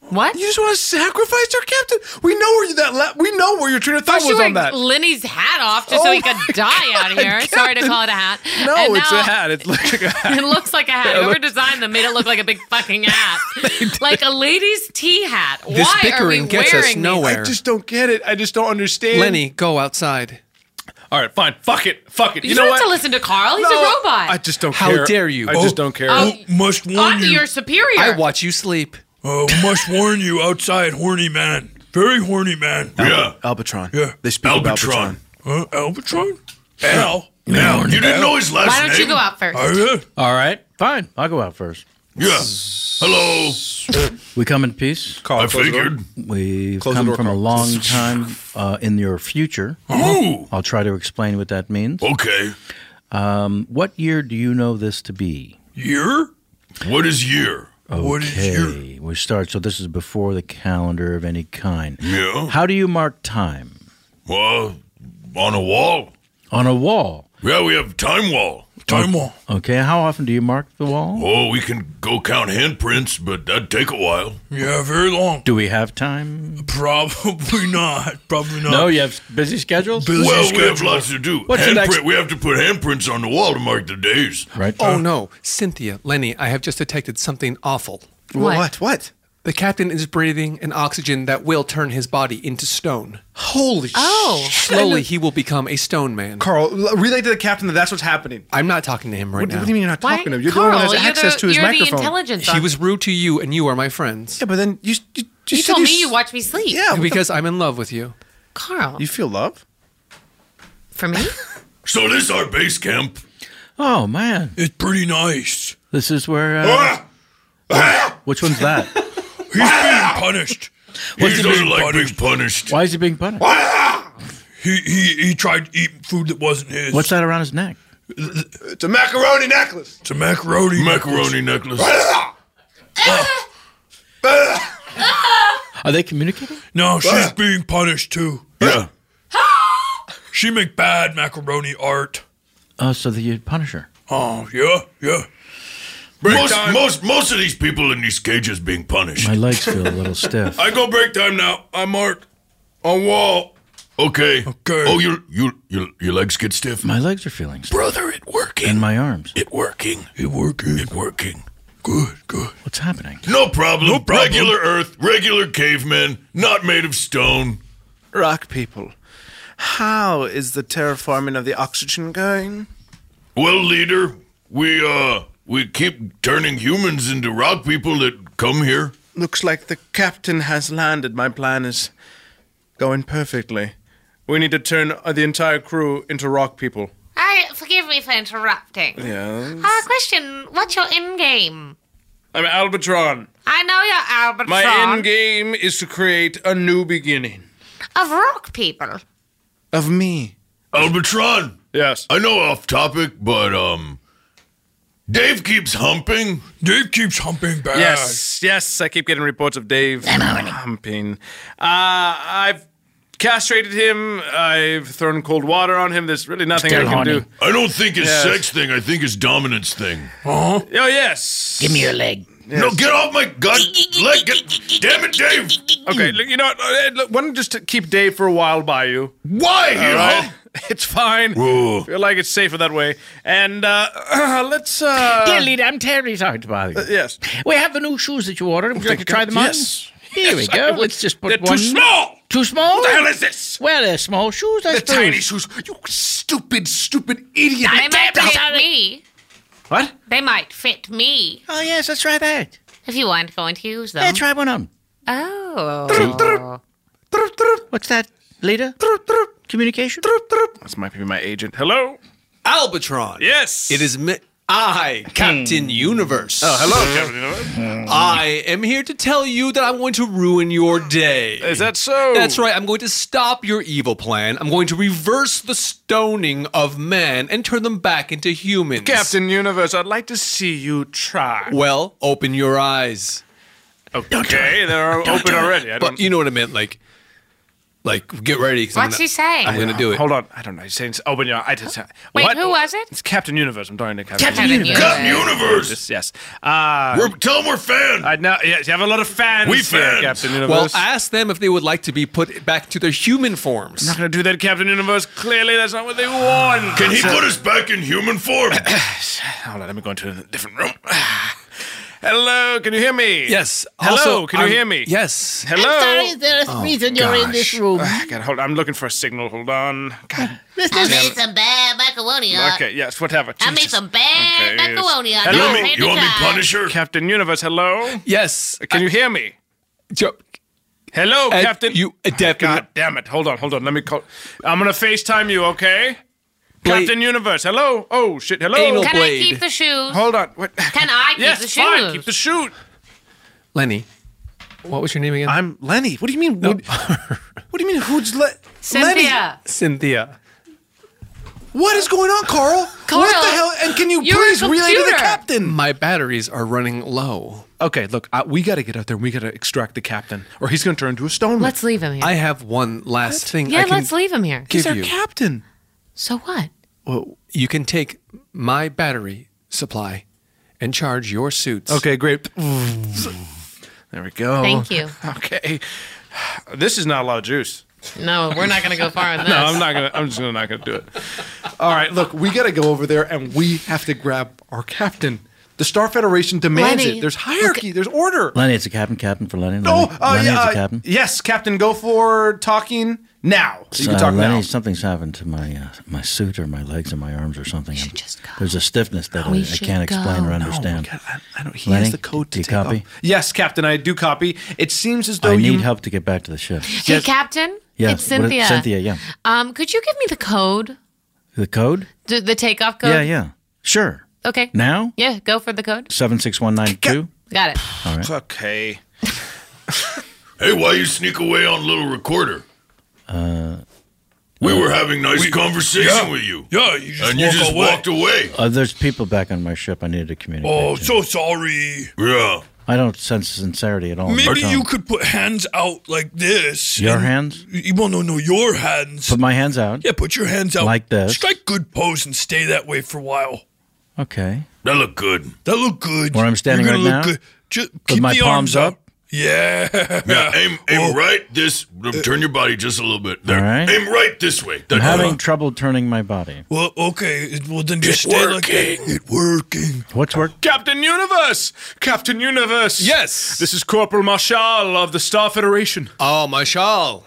D: What?
C: You just want to sacrifice our captain? We know where you that. La- we know where your train of thought
D: First you
C: was on
D: took
C: that.
D: Lenny's hat off just
C: Oh
D: so he could die out here. Sorry to
C: Captain.
D: call it a hat.
C: [laughs] no,
D: And
C: it's
D: now-
C: a hat. It looks like a hat.
D: [laughs] It looks like a hat.
C: Yeah,
D: Whoever
C: look-
D: designed them made it look like a big fucking hat, like a lady's tea hat.
F: This
D: Why are
F: bickering
D: we
F: gets us
D: wearing these?
F: nowhere.
C: I just don't get it. I just don't understand.
F: Lenny, go outside.
C: All right, fine. Fuck it. Fuck it.
D: You,
C: You, know
D: don't
C: what?
D: have to listen to Carl. He's a
C: No,
D: robot.
C: I just don't
F: How
C: care.
F: dare you.
C: I just don't care.
D: Oh,
G: must warn
D: I'm
G: you.
D: your superior.
F: I watch you sleep.
G: Oh, must warn you, outside, horny man. Very horny man. Yeah.
C: Albatron.
G: Yeah.
C: They speak of Albatron.
G: Uh, Albatron? Al. Al. You didn't know his last
D: Why
G: name.
D: don't you go out first?
G: Oh, yeah.
B: All right, fine. I'll go out first.
G: Yeah. Hello.
B: [laughs] We come in peace.
G: I figured.
B: We've
G: Close the
B: come
G: door,
B: from a
G: Carl.
B: long time uh, in your future.
G: Ooh.
B: I'll try to explain what that means.
G: Oh. Okay.
B: Um, what year do you know this to be?
G: Year? What is year? What is year?
B: Okay, we start. So this is before the calendar of any kind.
G: Yeah.
B: How do you mark time?
G: Well, on a wall.
B: On a wall.
G: Yeah, we have time wall. Time wall.
B: Okay, how often do you mark the wall?
G: Oh, we can go count handprints, but that'd take a while.
B: Yeah, very long. Do we have time?
G: Probably not. Probably not.
B: No, you have busy schedules?
G: well, we have lots to do.
B: What's the
G: handprint.
B: next-
G: We have to put handprints on the wall to mark the days.
B: Right.
F: Oh no, Cynthia, Lenny, I have just detected something awful.
C: What? What?
F: The captain is breathing an oxygen that will turn his body into stone. Holy
L: Oh.
D: [laughs]
F: Slowly, he will become a stone man.
C: Carl, l- relate to the captain that that's what's happening.
F: I'm not talking to him right
C: What-
F: now.
C: what do you mean you're not
L: Why,
C: talking to him? You're the one who has
L: Carl, you're
C: access
L: the-
C: to his
L: you're the
C: microphone.
L: intelligence
F: He
L: on-
F: was rude to you, and you are my friends. Yeah,
C: but then you. You,
L: You, told me you watch me sleep. Yeah,
F: because I'm in love with you.
L: Carl.
C: You feel love?
L: For me?
G: So this our base camp.
B: Oh man,
G: it's pretty nice.
B: This is where.
G: Ah!
B: Uh, which one's that?
G: [laughs] He's being punished.
B: What's
G: he
B: he being
G: doesn't like being punished.
B: Why is he being punished?
G: He, he he tried to eat food that wasn't his.
B: What's that around his neck?
G: It's a macaroni necklace. It's a macaroni macaroni necklace.
B: Are they communicating?
G: No, she's being punished too. Yeah.
B: She
G: make bad macaroni art.
B: Oh, so the Punisher.
G: Oh yeah, yeah.
B: Break
G: most,
B: time.
G: most most of these people in these cages being punished.
B: My legs feel a little
G: [laughs]
B: stiff.
G: I go break time now. I'm Art. On wall. Okay. Okay. Oh, your your your your legs get stiff.
B: My legs are feeling stiff.
G: Brother, it working.
B: And my arms.
G: It working. It working. It working.
B: What's happening?
G: No problem.
B: No problem.
G: Regular Earth, regular cavemen, not made of stone.
K: Rock people. How is the terraforming of the oxygen going?
G: Well, leader, we uh we keep turning humans into rock people that come here.
K: Looks like the captain has landed. My plan is going perfectly. We need to turn uh, the entire crew into rock people.
D: I forgive me for interrupting.
K: Yeah.
D: Uh, question: What's your end game?
K: I'm Albatron.
D: I know you're Albatron
K: My end game is to create a new beginning
D: of rock people.
K: of me.
G: Albatron.
K: Yes.
G: I know off topic, but um Dave keeps humping. Dave keeps humping back.
K: Yes, yes. I keep getting reports of Dave humping. Uh, I've castrated him. I've thrown cold water on him. There's really nothing I can do.
G: I don't think it's
K: Yes.
G: sex thing. I think it's dominance thing.
K: Huh? Oh yes.
G: Give me your leg. No, get off my gut leg. Get, damn it, Dave.
K: Okay, look, you know what? uh, hey, Look, why don't you just t- keep Dave for a while by you?
G: Why?
K: All right. [laughs] It's fine.
G: Ooh.
K: Feel like it's safer that way. And uh, [clears throat] let's. Uh,
B: Dear leader, I'm terribly sorry to bother you.
K: Uh, yes.
B: We have the new shoes that you ordered. Would you like to try them on?
K: Yes.
B: Here we
K: Yes,
B: go.
K: I would.
B: Let's just put
K: They're too
B: one.
K: small.
B: Too small.
K: What the hell is this?
B: Well, they're small shoes. I
K: They're
B: suppose.
K: tiny
G: shoes. You stupid, stupid idiot.
D: They might fit me.
B: What?
D: They might fit me.
B: Oh yes, let's try that.
D: If you aren't going to use them.
B: Yeah, try one on.
D: Oh.
B: What's that, leader? Communication.
K: This might be my agent. Hello.
F: Albatron. Yes. It is me. I, Captain Universe.
K: Oh, hello, Captain Universe.
F: [gasps] I am here to tell you that I'm going to ruin your day. Is
K: that so?
F: That's right. I'm going to stop your evil plan. I'm going to reverse the stoning of man and turn them back into humans.
K: Captain Universe, I'd like to see you try.
F: Well, open your eyes.
K: Okay, they're open already. I
F: But you know what I meant, like, like get ready. 'cause I'm
D: What's
F: gonna-
D: he saying?
F: I'm gonna do it.
K: Hold on. I don't know. He's saying, oh, but you know, I just.
D: Wait,
K: what?
D: who was it?
K: It's Captain Universe. I'm talking to Captain,
D: Captain Universe. Captain
G: Universe.
K: Yes. yes. Uh,
G: We're, tell him we're fans.
K: I know. Yes, you have a lot of fans.
F: We
K: here,
F: fans.
K: Captain
F: Well,
K: Universe.
F: ask them if they would like to be put back to their human forms.
K: I'm not going to do that, Captain Universe. Clearly, that's not what they want.
F: Can he put us
G: back in human form?
K: [coughs] Hold on, let me go into a different room. [sighs] Hello, can you hear me?
F: Yes.
K: Hello,
F: Also,
K: can you
F: I'm-
K: hear me?
F: Yes. Oh,
K: Hello. Oh,
O: I'm sorry, is there a reason you're in this room?
K: [sighs] Ah, God, hold on. I'm looking for a signal. Hold on. God.
D: I made
K: Damn.
D: some bad macaroni art.
K: Okay, yes, whatever.
D: I made some bad
K: Okay, yes.
D: macaroni art.
K: Hello?
D: Don't hate the guy.
G: Punisher?
K: Captain Universe, hello?
F: Yes.
K: Can you hear me? Hello, Captain.
F: You, uh,
K: God damn it. Hold on, hold on. Let me call. I'm going to FaceTime you, okay? Captain Universe, hello? Oh, shit, hello?
D: Can I keep the shoes?
K: Hold on. What?
D: Can I keep
K: yes,
D: the shoes?
K: fine. Keep the shoes.
F: Lenny. What was your name again?
K: I'm Lenny. What do you mean? What, what do you mean? Who's Le-
F: Cynthia. [laughs] Cynthia. What is going on, Carl?
K: Carl, you're a computer.
F: captain? My batteries are running
P: Oh.
F: low.
K: Okay, look, uh, we got to get out there and we got to extract the captain, or he's going to turn into a stone.
Q: Let's leave him here.
F: I have one last thing.
Q: yeah,
F: I can
Q: let's leave him here.
F: Give you.
K: captain.
Q: So what?
F: Well, you can take my battery supply and charge your suits.
K: Okay,
F: [laughs]
K: great. There we go.
Q: Thank you.
K: Okay. This is not a lot of juice.
Q: No, we're not going to go far
K: [laughs] no,
Q: with this.
K: I'm not gonna. I'm just gonna not gonna do it. All right, look, we gotta go over there and we have to grab our captain.
P: The Star Federation demands
K: Lenny,
P: it. There's hierarchy. There's order.
B: Lenny, it's a captain, captain for Lenny.
P: No,
B: Lenny,
P: uh,
B: Lenny
P: yeah,
B: is
P: uh,
B: a captain.
P: yes, Captain. Go for talking now. So you can
B: Uh,
P: talk
B: Lenny,
P: now.
B: something's happened to my uh, my suit or my legs or my arms or something. I'm- There's a stiffness that I,
P: We
B: I
P: should
B: can't explain
P: go.
B: or
P: No,
B: understand.
P: I don't, he
B: Lenny,
P: has the code
B: do
P: to
B: you
P: take off.
B: copy?
P: Yes, Captain. I do copy. It seems as though
B: I need
P: you
B: help to get back to the ship.
D: Hey, Captain.
B: Yes,
D: It's
B: what is-
D: Cynthia.
B: Cynthia, yeah.
D: Um, could you give me the code?
B: The code?
D: The, the takeoff code?
B: Yeah, yeah. Sure.
D: Okay.
B: Now?
D: Yeah, go for the code.
B: 76192.
D: Got it.
B: All right.
G: [laughs]
K: Okay.
R: Hey, why you sneak away on little recorder?
B: Uh,
R: We were having nice conversation
B: yeah.
R: with you.
G: Yeah, you
R: just, and you
G: walk
R: just
G: away.
R: walked away.
B: uh, there's people back on my ship I needed to communicate.
G: Oh,
B: to.
G: so sorry.
R: Yeah.
B: I don't sense sincerity at all. in my
G: Maybe
B: tone.
G: you could put hands out like this.
B: Your
G: and-
B: hands?
G: You well, no, no, your hands.
B: Put my hands out.
G: Yeah, put your hands out
B: Like this.
G: Strike good pose and stay that way for a while.
B: Okay.
R: That look good.
G: That look good.
B: Where I'm standing
G: You're
B: right
G: gonna
B: now.
G: look Good. Just
B: With
G: keep
B: my
G: the
B: palms
G: arms up.
B: up.
G: Yeah. uh,
R: Yeah,
G: [laughs]
R: aim, aim right this. Turn your body just a little bit. There.
B: All right.
R: Aim right this way.
B: I'm
R: That-
B: having trouble turning my body.
G: Well, okay. Well, then just stay like that. It working.
B: What's work?
K: Captain Universe! Captain Universe! Yes! This is Corporal Marshal of the Star Federation.
F: Oh, Marshal.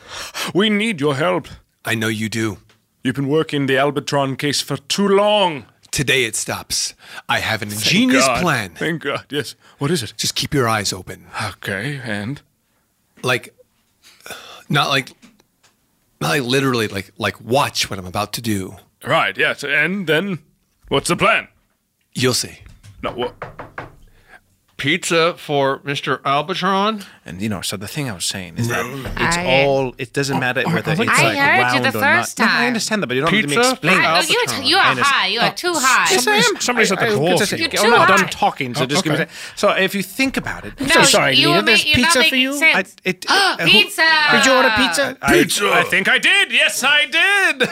K: We need your help.
F: I know you do.
K: You've been working the Albatron case for too long.
F: Today it stops. I have an ingenious
K: God.
F: plan.
K: Thank God, yes. What is it?
F: Just keep your eyes open.
K: Okay, and?
F: Like, not like, not like literally, like, like watch what I'm about to do.
K: Right, yes. And then, what's the plan?
F: You'll see.
K: No, what?
S: Pizza for Mr. Albatron.
C: And you know, so the thing I was saying is that it's
S: I-
C: all. It doesn't matter whether it's
S: I
C: like
S: heard you
C: round
S: the
C: or not.
S: first
C: No, I
S: time.
C: understand that, but you don't need to
S: Pizza
C: explain.
S: for
C: it.
S: I-
L: Oh, you, you are high. You are too high.
C: Yes, I am. Somebody's at the
L: call. You're
C: I'm
L: too
C: not
L: high.
C: done talking, so
L: Oh,
C: just give me.
L: okay.
C: a sec. So if you think about it,
L: No, So sorry, you Leah, were there's making- you're not pizza for making you? sense.
C: I- [gasps]
K: [gasps]
C: it-
L: Oh,
C: uh, who-
L: pizza!
C: Did you order pizza? I-
L: Pizza!
C: I, think I did. Yes, I did.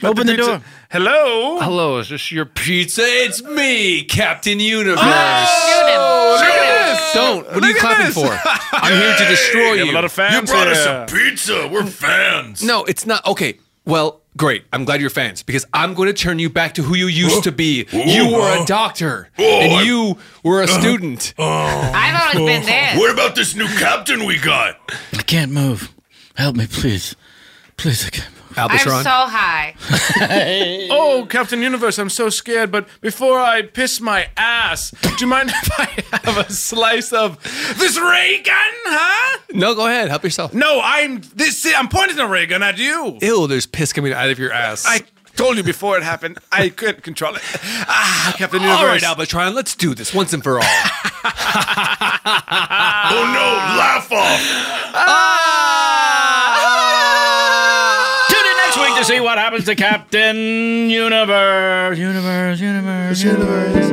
C: But
S: Open the
C: pizza-
S: door.
C: Hello.
S: Hello, is this your pizza? It's me, Captain Universe.
F: Oh, look at this.
S: Don't. What are you
F: Look at
S: clapping
F: this.
S: for?
K: [laughs]
S: I'm here to destroy you.
R: You brought us a pizza. We're fans.
F: No, it's not. Okay. Well, great. I'm glad you're fans because I'm going to turn you back to who you used to be. you were a doctor and you were a student.
L: I've
E: [laughs]
L: always been there.
R: What about this new captain we got?
B: I can't move. Help me, please. Please, I can't move.
L: I'm so
E: [laughs]
L: high.
K: [laughs] oh, Captain Universe, I'm so scared, but before I piss my ass, do you mind [laughs] if I have a slice of this ray gun, huh?
F: [laughs] No, go ahead. Help yourself.
K: No, I'm this I'm pointing a ray gun at you.
F: Ew, there's piss coming out of your ass.
K: I told you before it happened. I couldn't control it. Ah, Captain
F: All right,
K: Universe.
F: Albatron, let's do this once
E: [laughs]
F: and for all.
R: Oh no, laugh off.
D: Oh,
B: Tune in next week to see what happens to Captain Universe. Universe, universe, universe.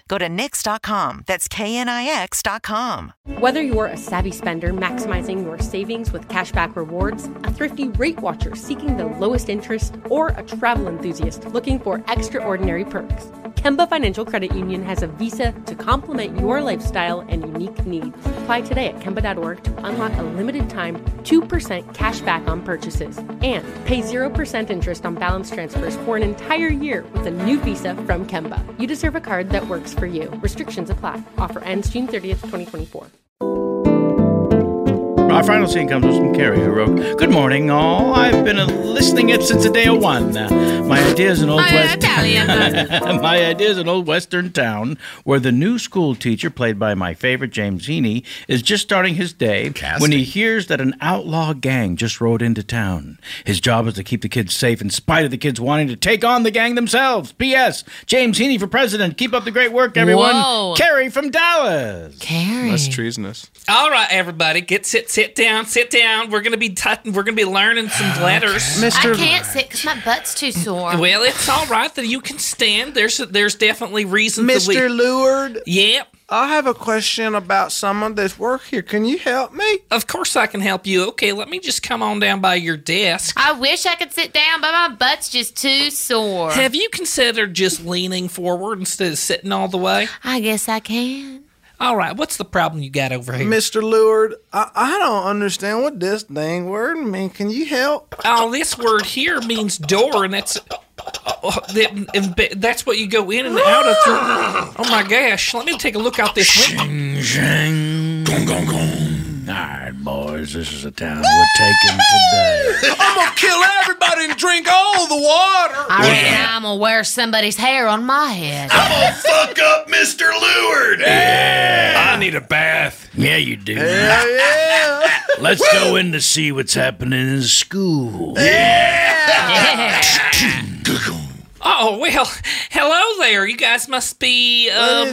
T: Go to NYX.com. That's KNIX.com.
N: Whether you're a savvy spender maximizing your savings with cashback rewards, a thrifty rate watcher seeking the lowest interest, or a travel enthusiast looking for extraordinary perks, Kemba Financial Credit Union has a visa to complement your lifestyle and unique needs. Apply today at Kemba.org to unlock a limited time 2% cash back on purchases and pay 0% interest on balance transfers for an entire year with a new visa from Kemba. You deserve a card that works for you. Restrictions apply. Offer ends June 30th, 2024.
B: Our final scene comes with some Carrie, who wrote, Good morning, all. I've been uh, listening it since the day of one. Uh, My idea is an old west. [laughs] my idea is an old western town where the new school teacher, played by my favorite James Heaney, is just starting his day when he hears that an outlaw gang just rode into town. His job is to keep the kids safe in spite of the kids wanting to take on the gang themselves. P.S. James Heaney for president. Keep up the great work, everyone.
E: Whoa.
B: Carrie from Dallas.
E: Carrie.
H: That's treasonous.
E: All right, everybody, get sit sit down, sit down. We're gonna be tut- we're gonna be learning some letters,
U: I can't sit because my butt's too sore.
E: Well, it's all right that you can stand. There's there's definitely reasons.
K: Mr. Leward?
E: Yep.
K: I have a question about someone that's work here. Can you help me?
E: Of course I can help you. Okay, let me just come on down by your desk.
U: I wish I could sit down, but my butt's just too sore.
E: Have you considered just leaning forward instead of sitting all the way?
U: I guess I can.
E: All right, what's the problem you got over here?
K: Mr. Leward, I, I don't understand what this dang word means. Can you help?
E: Oh, this word here means door, and that's oh, that, that's what you go in and out of. Through. Oh my gosh! Let me take a look out this
B: [laughs]
E: window.
B: Zhang. All right, boys, this is the town we're taking today.
K: I'm gonna kill everybody and drink all the water.
U: I reckon I'm gonna wear somebody's hair on my head.
G: I'm gonna fuck up Mr. Leward.
B: I need a bath. Yeah, you do.
K: yeah.
B: Let's go in to see what's happening in school.
E: Eh, Oh well, hello there. You guys must be um,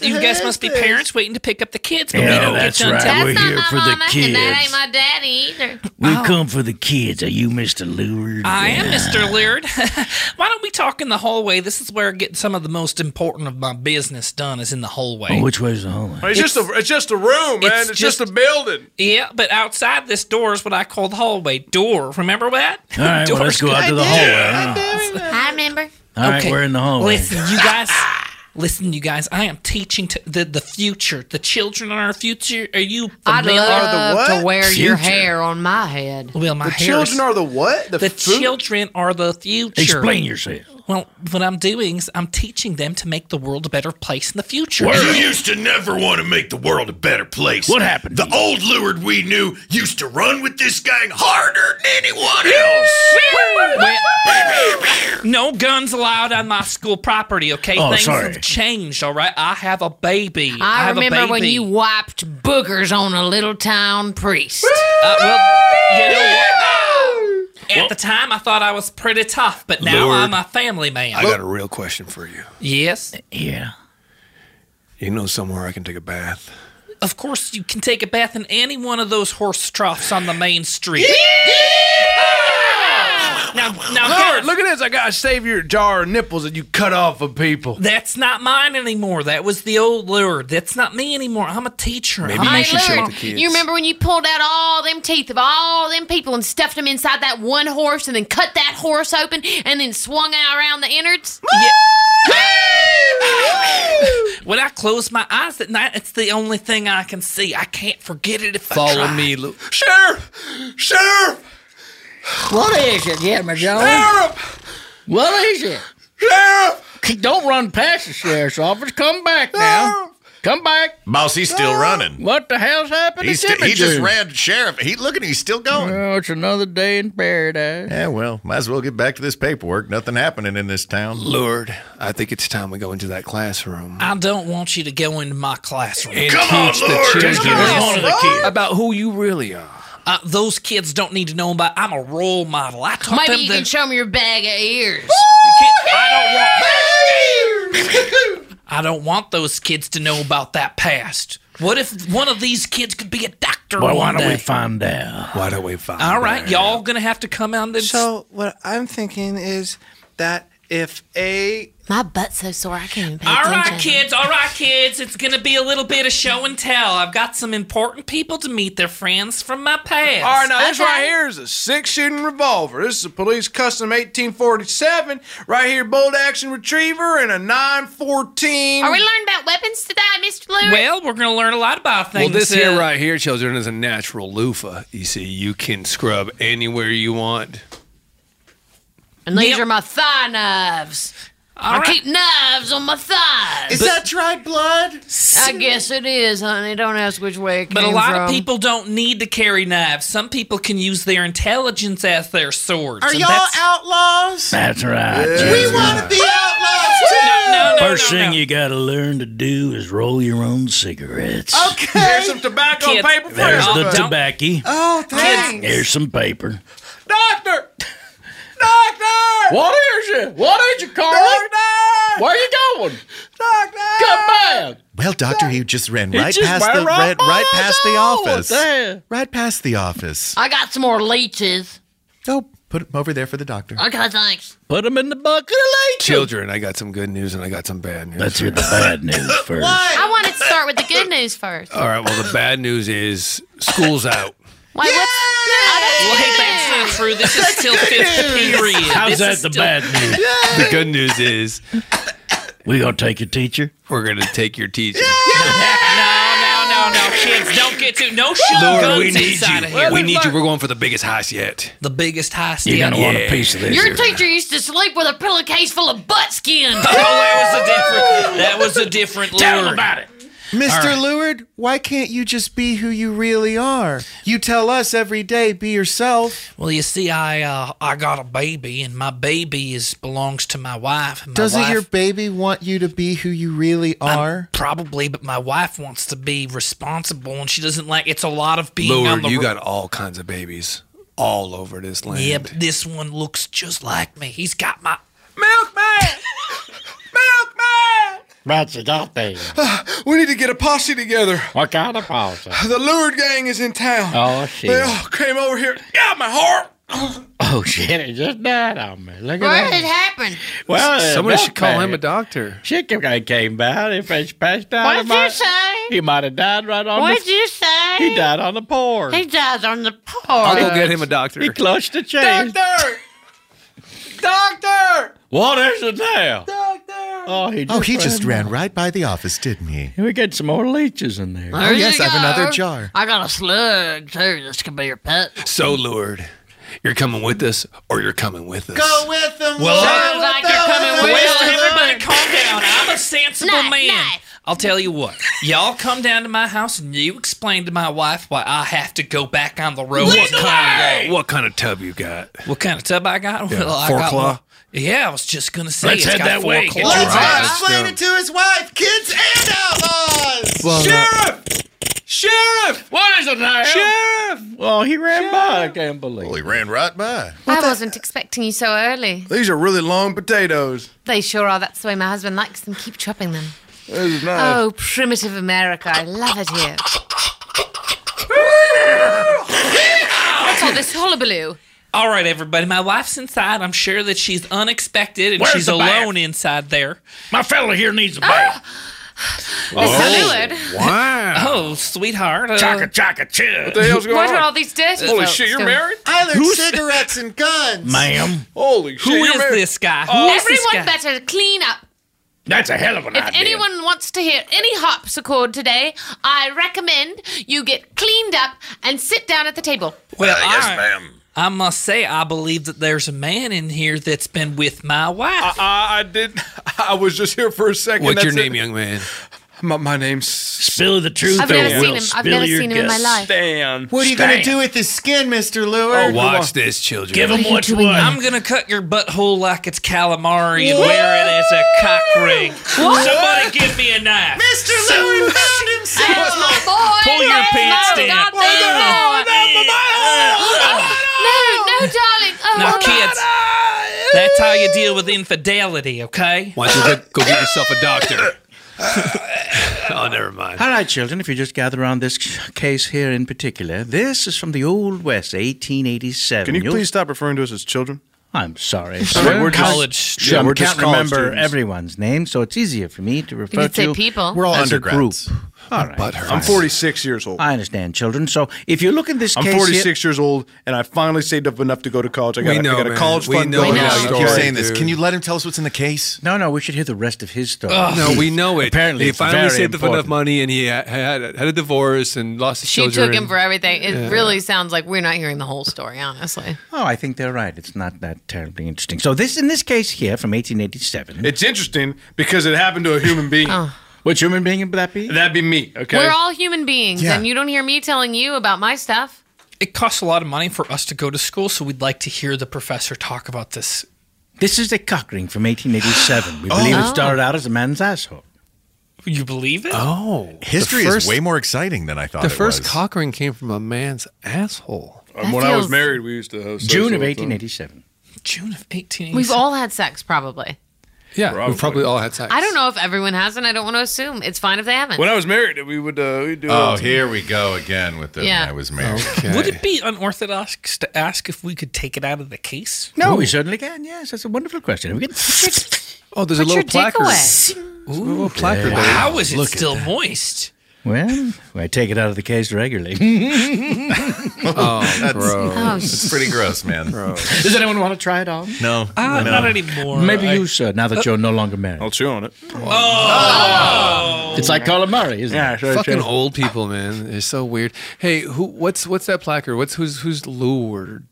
E: you guys must be parents waiting to pick up the kids. But we
B: Yeah,
E: don't
B: that's
E: get done
B: right.
E: till-
B: We're here for the
U: And that
B: kids.
U: ain't my daddy either.
B: We come for the kids. Are you Mr. Leward?
E: oh. I am Mr. Leard. [laughs] Why don't we talk in the hallway? This is where I get some of the most important of my business done is in the hallway.
B: Oh, which way's the hallway?
K: It's, just a it's just a room, man. It's, just, a building.
E: Yeah, but outside this door is what I call the hallway door. Remember that?
B: All
E: [laughs]
B: right, well, let's
E: Door's
B: go out to the
E: good.
B: hallway.
U: I remember.
B: All right, we're in the hallway.
E: Listen, you guys. Listen, you guys. I am teaching to the, the future, the children in our future. Are you?
L: I'd
E: familiar-
L: love to wear your hair on my head.
E: Well, my hair is-
K: are the what?
E: The, children are the future.
B: Explain yourself.
E: Well, what I'm doing is I'm teaching them to make the world a better place in the future.
G: You used to never want to make the world a better place.
E: What happened
G: The old Lured we knew used to run with this gang harder than anyone else.
E: No guns allowed on my school property, okay?
G: Oh,
E: Things
G: sorry.
E: have changed, all right? I have a baby.
V: I,
E: have a
V: remember
E: baby.
V: when you wiped boogers on a little town priest.
E: Uh, well, you know what? At the time, I thought I was pretty tough, but now
F: Lord.
E: I'm a family man.
F: I got a real question for you.
E: Yes? Yeah.
F: You know somewhere I can take a bath?
E: Of course, you can take a bath in any one of those horse troughs on the main street. Now, now,
C: Lord,
E: guys,
C: look at this. I got a savior jar of nipples that you cut off of people.
E: That's not mine anymore. That was the old lure. That's not me anymore. I'm a teacher.
C: Maybe
E: I'm
C: you
E: a
C: should show
E: teacher.
C: the kids.
D: You remember when you pulled out all them teeth of all them people and stuffed them inside that one horse and then cut that horse open and then swung out around the innards?
E: When I close my eyes at night, it's the only thing I can see. I can't forget it if I
F: Follow
E: try.
F: me, Lu-
E: Sheriff! Sheriff!
B: What is it, Gemma Jones? What is it? Sheriff! Don't run past the sheriff's office. Come back now. Come back.
G: Boss, he's still running.
B: What the hell's happened
G: He's
B: to
G: st-
B: Jimmy
G: he just
B: Jones?
G: ran sheriff. He look at him, he's still going.
B: Oh, it's another day in paradise.
G: Yeah, well, might as well get back to this paperwork. Nothing happening in this town.
F: Lord, I think it's time we go into that classroom.
E: I don't want you to go into my classroom.
F: And teach the children about who you really are.
E: Uh, those kids don't need to know about. I'm a role model. I taught
D: Maybe
E: them
D: you
E: that-
D: can show me your bag of ears.
E: I don't want those kids to know about that past. What if one of these kids could be a doctor
L: Well, why
E: one
L: don't we
E: day?
L: find out?
F: Why don't we find
E: All right, y'all gonna have to come out and
C: So what I'm thinking is that if a
D: my butt's so sore I can't. Even pay
E: All right,
D: attention.
E: kids. All right, kids. It's going to be a little bit of show and tell. I've got some important people to meet. They're friends from my past.
C: all right, now this right here is a six shooting revolver. This is a police custom 1847. Right here, bolt action retriever and a 914.
D: Are we learning about weapons today, Mr. Lewis?
E: Well, we're gonna learn a lot about
F: Well,
E: things.
F: this here
E: uh,
F: right here, children, is a natural loofah. You see, you can scrub anywhere you want.
D: And these are my thigh knives. I right. keep knives on my thighs.
E: Is But- that
D: dried blood? I guess it is, honey. Don't ask which way it
E: But a
D: came
E: lot of
D: from.
E: people don't need to carry knives. Some people can use their intelligence as their swords.
B: Are
E: and
B: y'all
E: that's-
B: outlaws?
L: That's right.
B: We want to be outlaws too.
L: First thing you got to learn to do is roll your own cigarettes.
D: Oh,
B: Okay.
C: There's some tobacco
B: Kids,
C: and paper for
L: There's
C: you.
L: the tobacco.
F: [laughs]
B: Oh, thanks.
L: There's some paper.
B: Doctor! Doctor! What is it? What is it, Carl? Doctor! Where you going? Doctor! Come back!
G: Well, doctor, he just ran
B: He
G: right
B: just
G: past
B: ran
G: the
B: right
G: right, right
B: by
G: past the
B: us. Oh,
G: office.
B: there.
G: Right past the office.
D: [laughs] I got some more leeches.
G: Oh, put him over there for the doctor.
D: Okay, thanks.
L: Put them in the bucket of leeches.
F: Children, I got some good news and I got some bad news.
L: Let's hear the bad
F: [laughs]
L: news first.
D: I wanted to start with the good news first.
F: All right. Well, the bad news is school's out.
D: Wait, oh,
E: Well, hey, that's not true. This is still fifth period. This
L: How's that
E: is
L: the
E: still-
L: bad news?
F: The good news is
L: we gonna take your teacher.
F: We're gonna take your teacher.
E: No, no, no, no, kids, don't get to no shooting
F: Lord,
E: guns
F: we need
E: inside
F: you.
E: of here.
F: we need you. We're going for the biggest heist yet.
E: The biggest heist
L: You're
F: yet.
L: gonna want a piece of this.
D: Your teacher used to sleep with a pillowcase full of butt skin.
E: Oh, that was a different. That was a different.
D: Tell 'em
E: lure.
D: about
E: it.
J: Mr. Leward, why can't you just be who you really are? You tell us every day, be yourself.
E: Well, you see, I uh, I got a baby, and my baby is belongs to my wife. And my
J: Doesn't
E: wife,
J: your baby want you to be who you really are?
E: probably? But my wife wants to be responsible, and she doesn't like. It's a lot of being on
F: Lord,
E: the.
F: you
E: ro-
F: got all kinds of babies all over this land.
E: Yeah, but this one looks just like me. He's got my.
B: That's a doctor.
K: Ah,
C: we need to get a posse together.
B: What kind of policy?
C: The Lured gang is in town.
B: Oh, shit.
C: They all came over here. Yeah, my heart.
B: Oh, shit, it just died on me. Look at
D: Where
B: that.
D: did it happen?
B: Well, uh,
F: somebody
B: that
F: should call him a
B: bad.
F: doctor.
B: Shit came, came by. If it's passed out,
D: What'd
B: he might-
D: you say?
B: He might have died right on
D: What'd
B: the...
D: you say?
B: He died on the porch.
D: He dies on the porch.
F: I'll go get him a doctor.
B: He clutched the chain.
C: Doctor! Doctor!
B: What is it now? Doctor! Oh, he just,
G: Oh, he just
B: ran.
G: ran right by the office, didn't he?
B: We got some more leeches in there.
G: Oh, yes, I have another jar.
D: I got a slug too. This could be your pet.
F: So, Lord, You're coming with us, or you're coming with us.
J: Go with them.
F: Well,
E: Sounds like you're coming with us. Everybody
J: calm
E: down. I'm a sensible
J: Nice,
E: man.
J: nice.
E: I'll tell you what. Y'all come down to my house and you explain to my wife why I have to go back on the road.
F: What kind,
E: kind
F: of, what kind of tub you got?
E: What kind of tub I got?
F: Yeah.
E: Well, I
F: Four
E: got
F: claw?
E: one- Yeah, I was just gonna say.
F: Let's
E: it's
F: head
E: got
F: that
E: four
F: way.
E: claws.
F: Get your
J: Let's explain it to his wife, kids, and outlaws.
F: Well,
B: uh,
J: Sheriff,
F: sheriff,
W: what is it now?
J: Sheriff.
B: Well, he ran by. I can't believe.
C: Well, he ran right by.
D: I wasn't expecting you so early.
C: These are really long potatoes.
D: They sure are. That's the way my husband likes them. Keep chopping them.
C: This is nice.
D: Oh, primitive America. I love it here.
E: What's all this hullabaloo? All right, everybody. My wife's inside. I'm sure that she's unexpected and
L: Where's
E: she's
L: the bath?
E: alone inside there.
L: My fella here needs a bath. Oh,
E: wow. oh, sweetheart. Uh,
L: Chaka, chaka,
E: chill.
L: What the hell's going What are on? all these dirty
E: Holy
L: folks
E: shit, you're
L: doing?
E: married?
J: I learned
E: Who's-
J: cigarettes and guns.
L: Ma'am.
E: Holy
L: shit,
E: Who
L: you're
E: is
L: married.
E: this guy? Who
L: Oh.
E: is this
L: Everyone
E: guy?
L: better clean up. That's a hell of an
D: If
L: idea.
D: anyone wants to hear any harpsichord today, I recommend you get cleaned up and sit down at the table.
E: Well,
L: Uh, yes,
E: I, I must say, I believe that there's a man in here that's been with my wife. I, I did. [laughs] I was just here for a second.
F: What's your name, young man?
H: My, my name's Spill
L: the
E: truth,
D: I've never seen him. I've never seen him in my life.
H: Stan.
J: What are you gonna do with his skin, Mister Lure?
F: Oh, watch this, children.
E: I'm gonna cut your butthole like it's calamari and wear it as a cock ring.
J: What?
E: Somebody give me a knife.
J: Mister Lure found himself.
E: That's my boy. Pull your That's pants my down. goddamn
D: No, no, darling. Oh,
E: Now, kids, that's how you deal with infidelity, okay?
F: Why don't you go- go get yourself a doctor? oh, never mind.
B: All right, children, if you just gather around this case here in particular, this is from the Old West, 1887.
H: Can you
B: You'll-
H: please stop referring to us as children?
B: I'm sorry.
H: Sure.
B: We're just-
H: College
B: Sure,
H: students.
B: we're just
H: Can't
B: college
H: remember
B: remember
H: students.
B: everyone's name, so it's easier for me to refer
D: could say
B: to
D: people. We're all
B: as a group.
D: undergrads.
B: All right.
H: I'm 46 years old.
B: I understand, children. So if you look at this
H: I'm
B: case,
H: 46 years old, and I finally saved up enough to go to college. I got,
B: We
H: a-
B: know,
H: I got a
B: man.
H: college
B: We
H: fund
B: know
H: going.
B: now.
H: now.
B: You keep saying
C: this. Can you let him tell us what's in the case?
B: No, no, we should hear the rest of his story.
F: Oh, no, we know it.
B: Apparently,
F: he
B: it's
F: finally
B: very
F: saved up enough
B: important.
F: money, and he had, had, had a divorce and lost his
D: She
F: children.
D: took him for everything. It
B: Yeah.
D: really sounds like we're not hearing the whole story, honestly.
B: Oh, I think they're right. It's not that terribly interesting. So this, in this case here, from 1887.
H: It's interesting because it happened to a human being.
B: What human being would that be?
H: That'd be me.
E: Okay.
D: We're all human beings,
E: Yeah.
D: and you don't hear me telling you about my stuff.
E: [laughs] It costs a lot of money for us to go to school, so we'd like to hear the professor talk about this.
B: This is the cock ring from 1887. We believe it
E: Oh.
B: started out as a man's asshole.
E: You believe it?
F: Oh,
C: History
F: The
C: is way more exciting than I thought
F: The
C: it
F: first
C: was.
F: cock ring came from a man's asshole.
H: And when I was married, we used to host
B: June of
K: uh,
H: social, so-
B: 1887.
E: June of 1887.
D: We've all had sex, probably.
F: Yeah, we've probably all had sex.
D: I don't know if everyone has, and I don't want to assume. It's fine if they haven't.
H: When I was married, we would uh, we'd do.
C: Oh, here we go again with the
D: Yeah.
C: I was married.
E: Would it be unorthodox to ask if we could take it out of the case?
B: No, Oh, we certainly can. Yes, that's a wonderful question. We can.
F: Oh,
E: there's a Put little your dick placard. away.
B: Ooh, little placard. there.
E: How is it
B: Look at
E: still
B: that.
E: moist?
B: Well, I take it out of the case regularly. [laughs]
C: oh, that's,
B: gross.
C: that's pretty gross, man.
B: Does anyone want to try it on?
C: No,
B: Uh,
C: no.
B: not
E: anymore.
B: Maybe you, sir, now
H: Uh,
B: that you're no longer married.
H: I'll chew on it.
B: It's like calamari, isn't
F: yeah,
B: it?
F: Fucking old people, man. They're so weird. Hey, who? What's what's that placard? What's who's who's lured?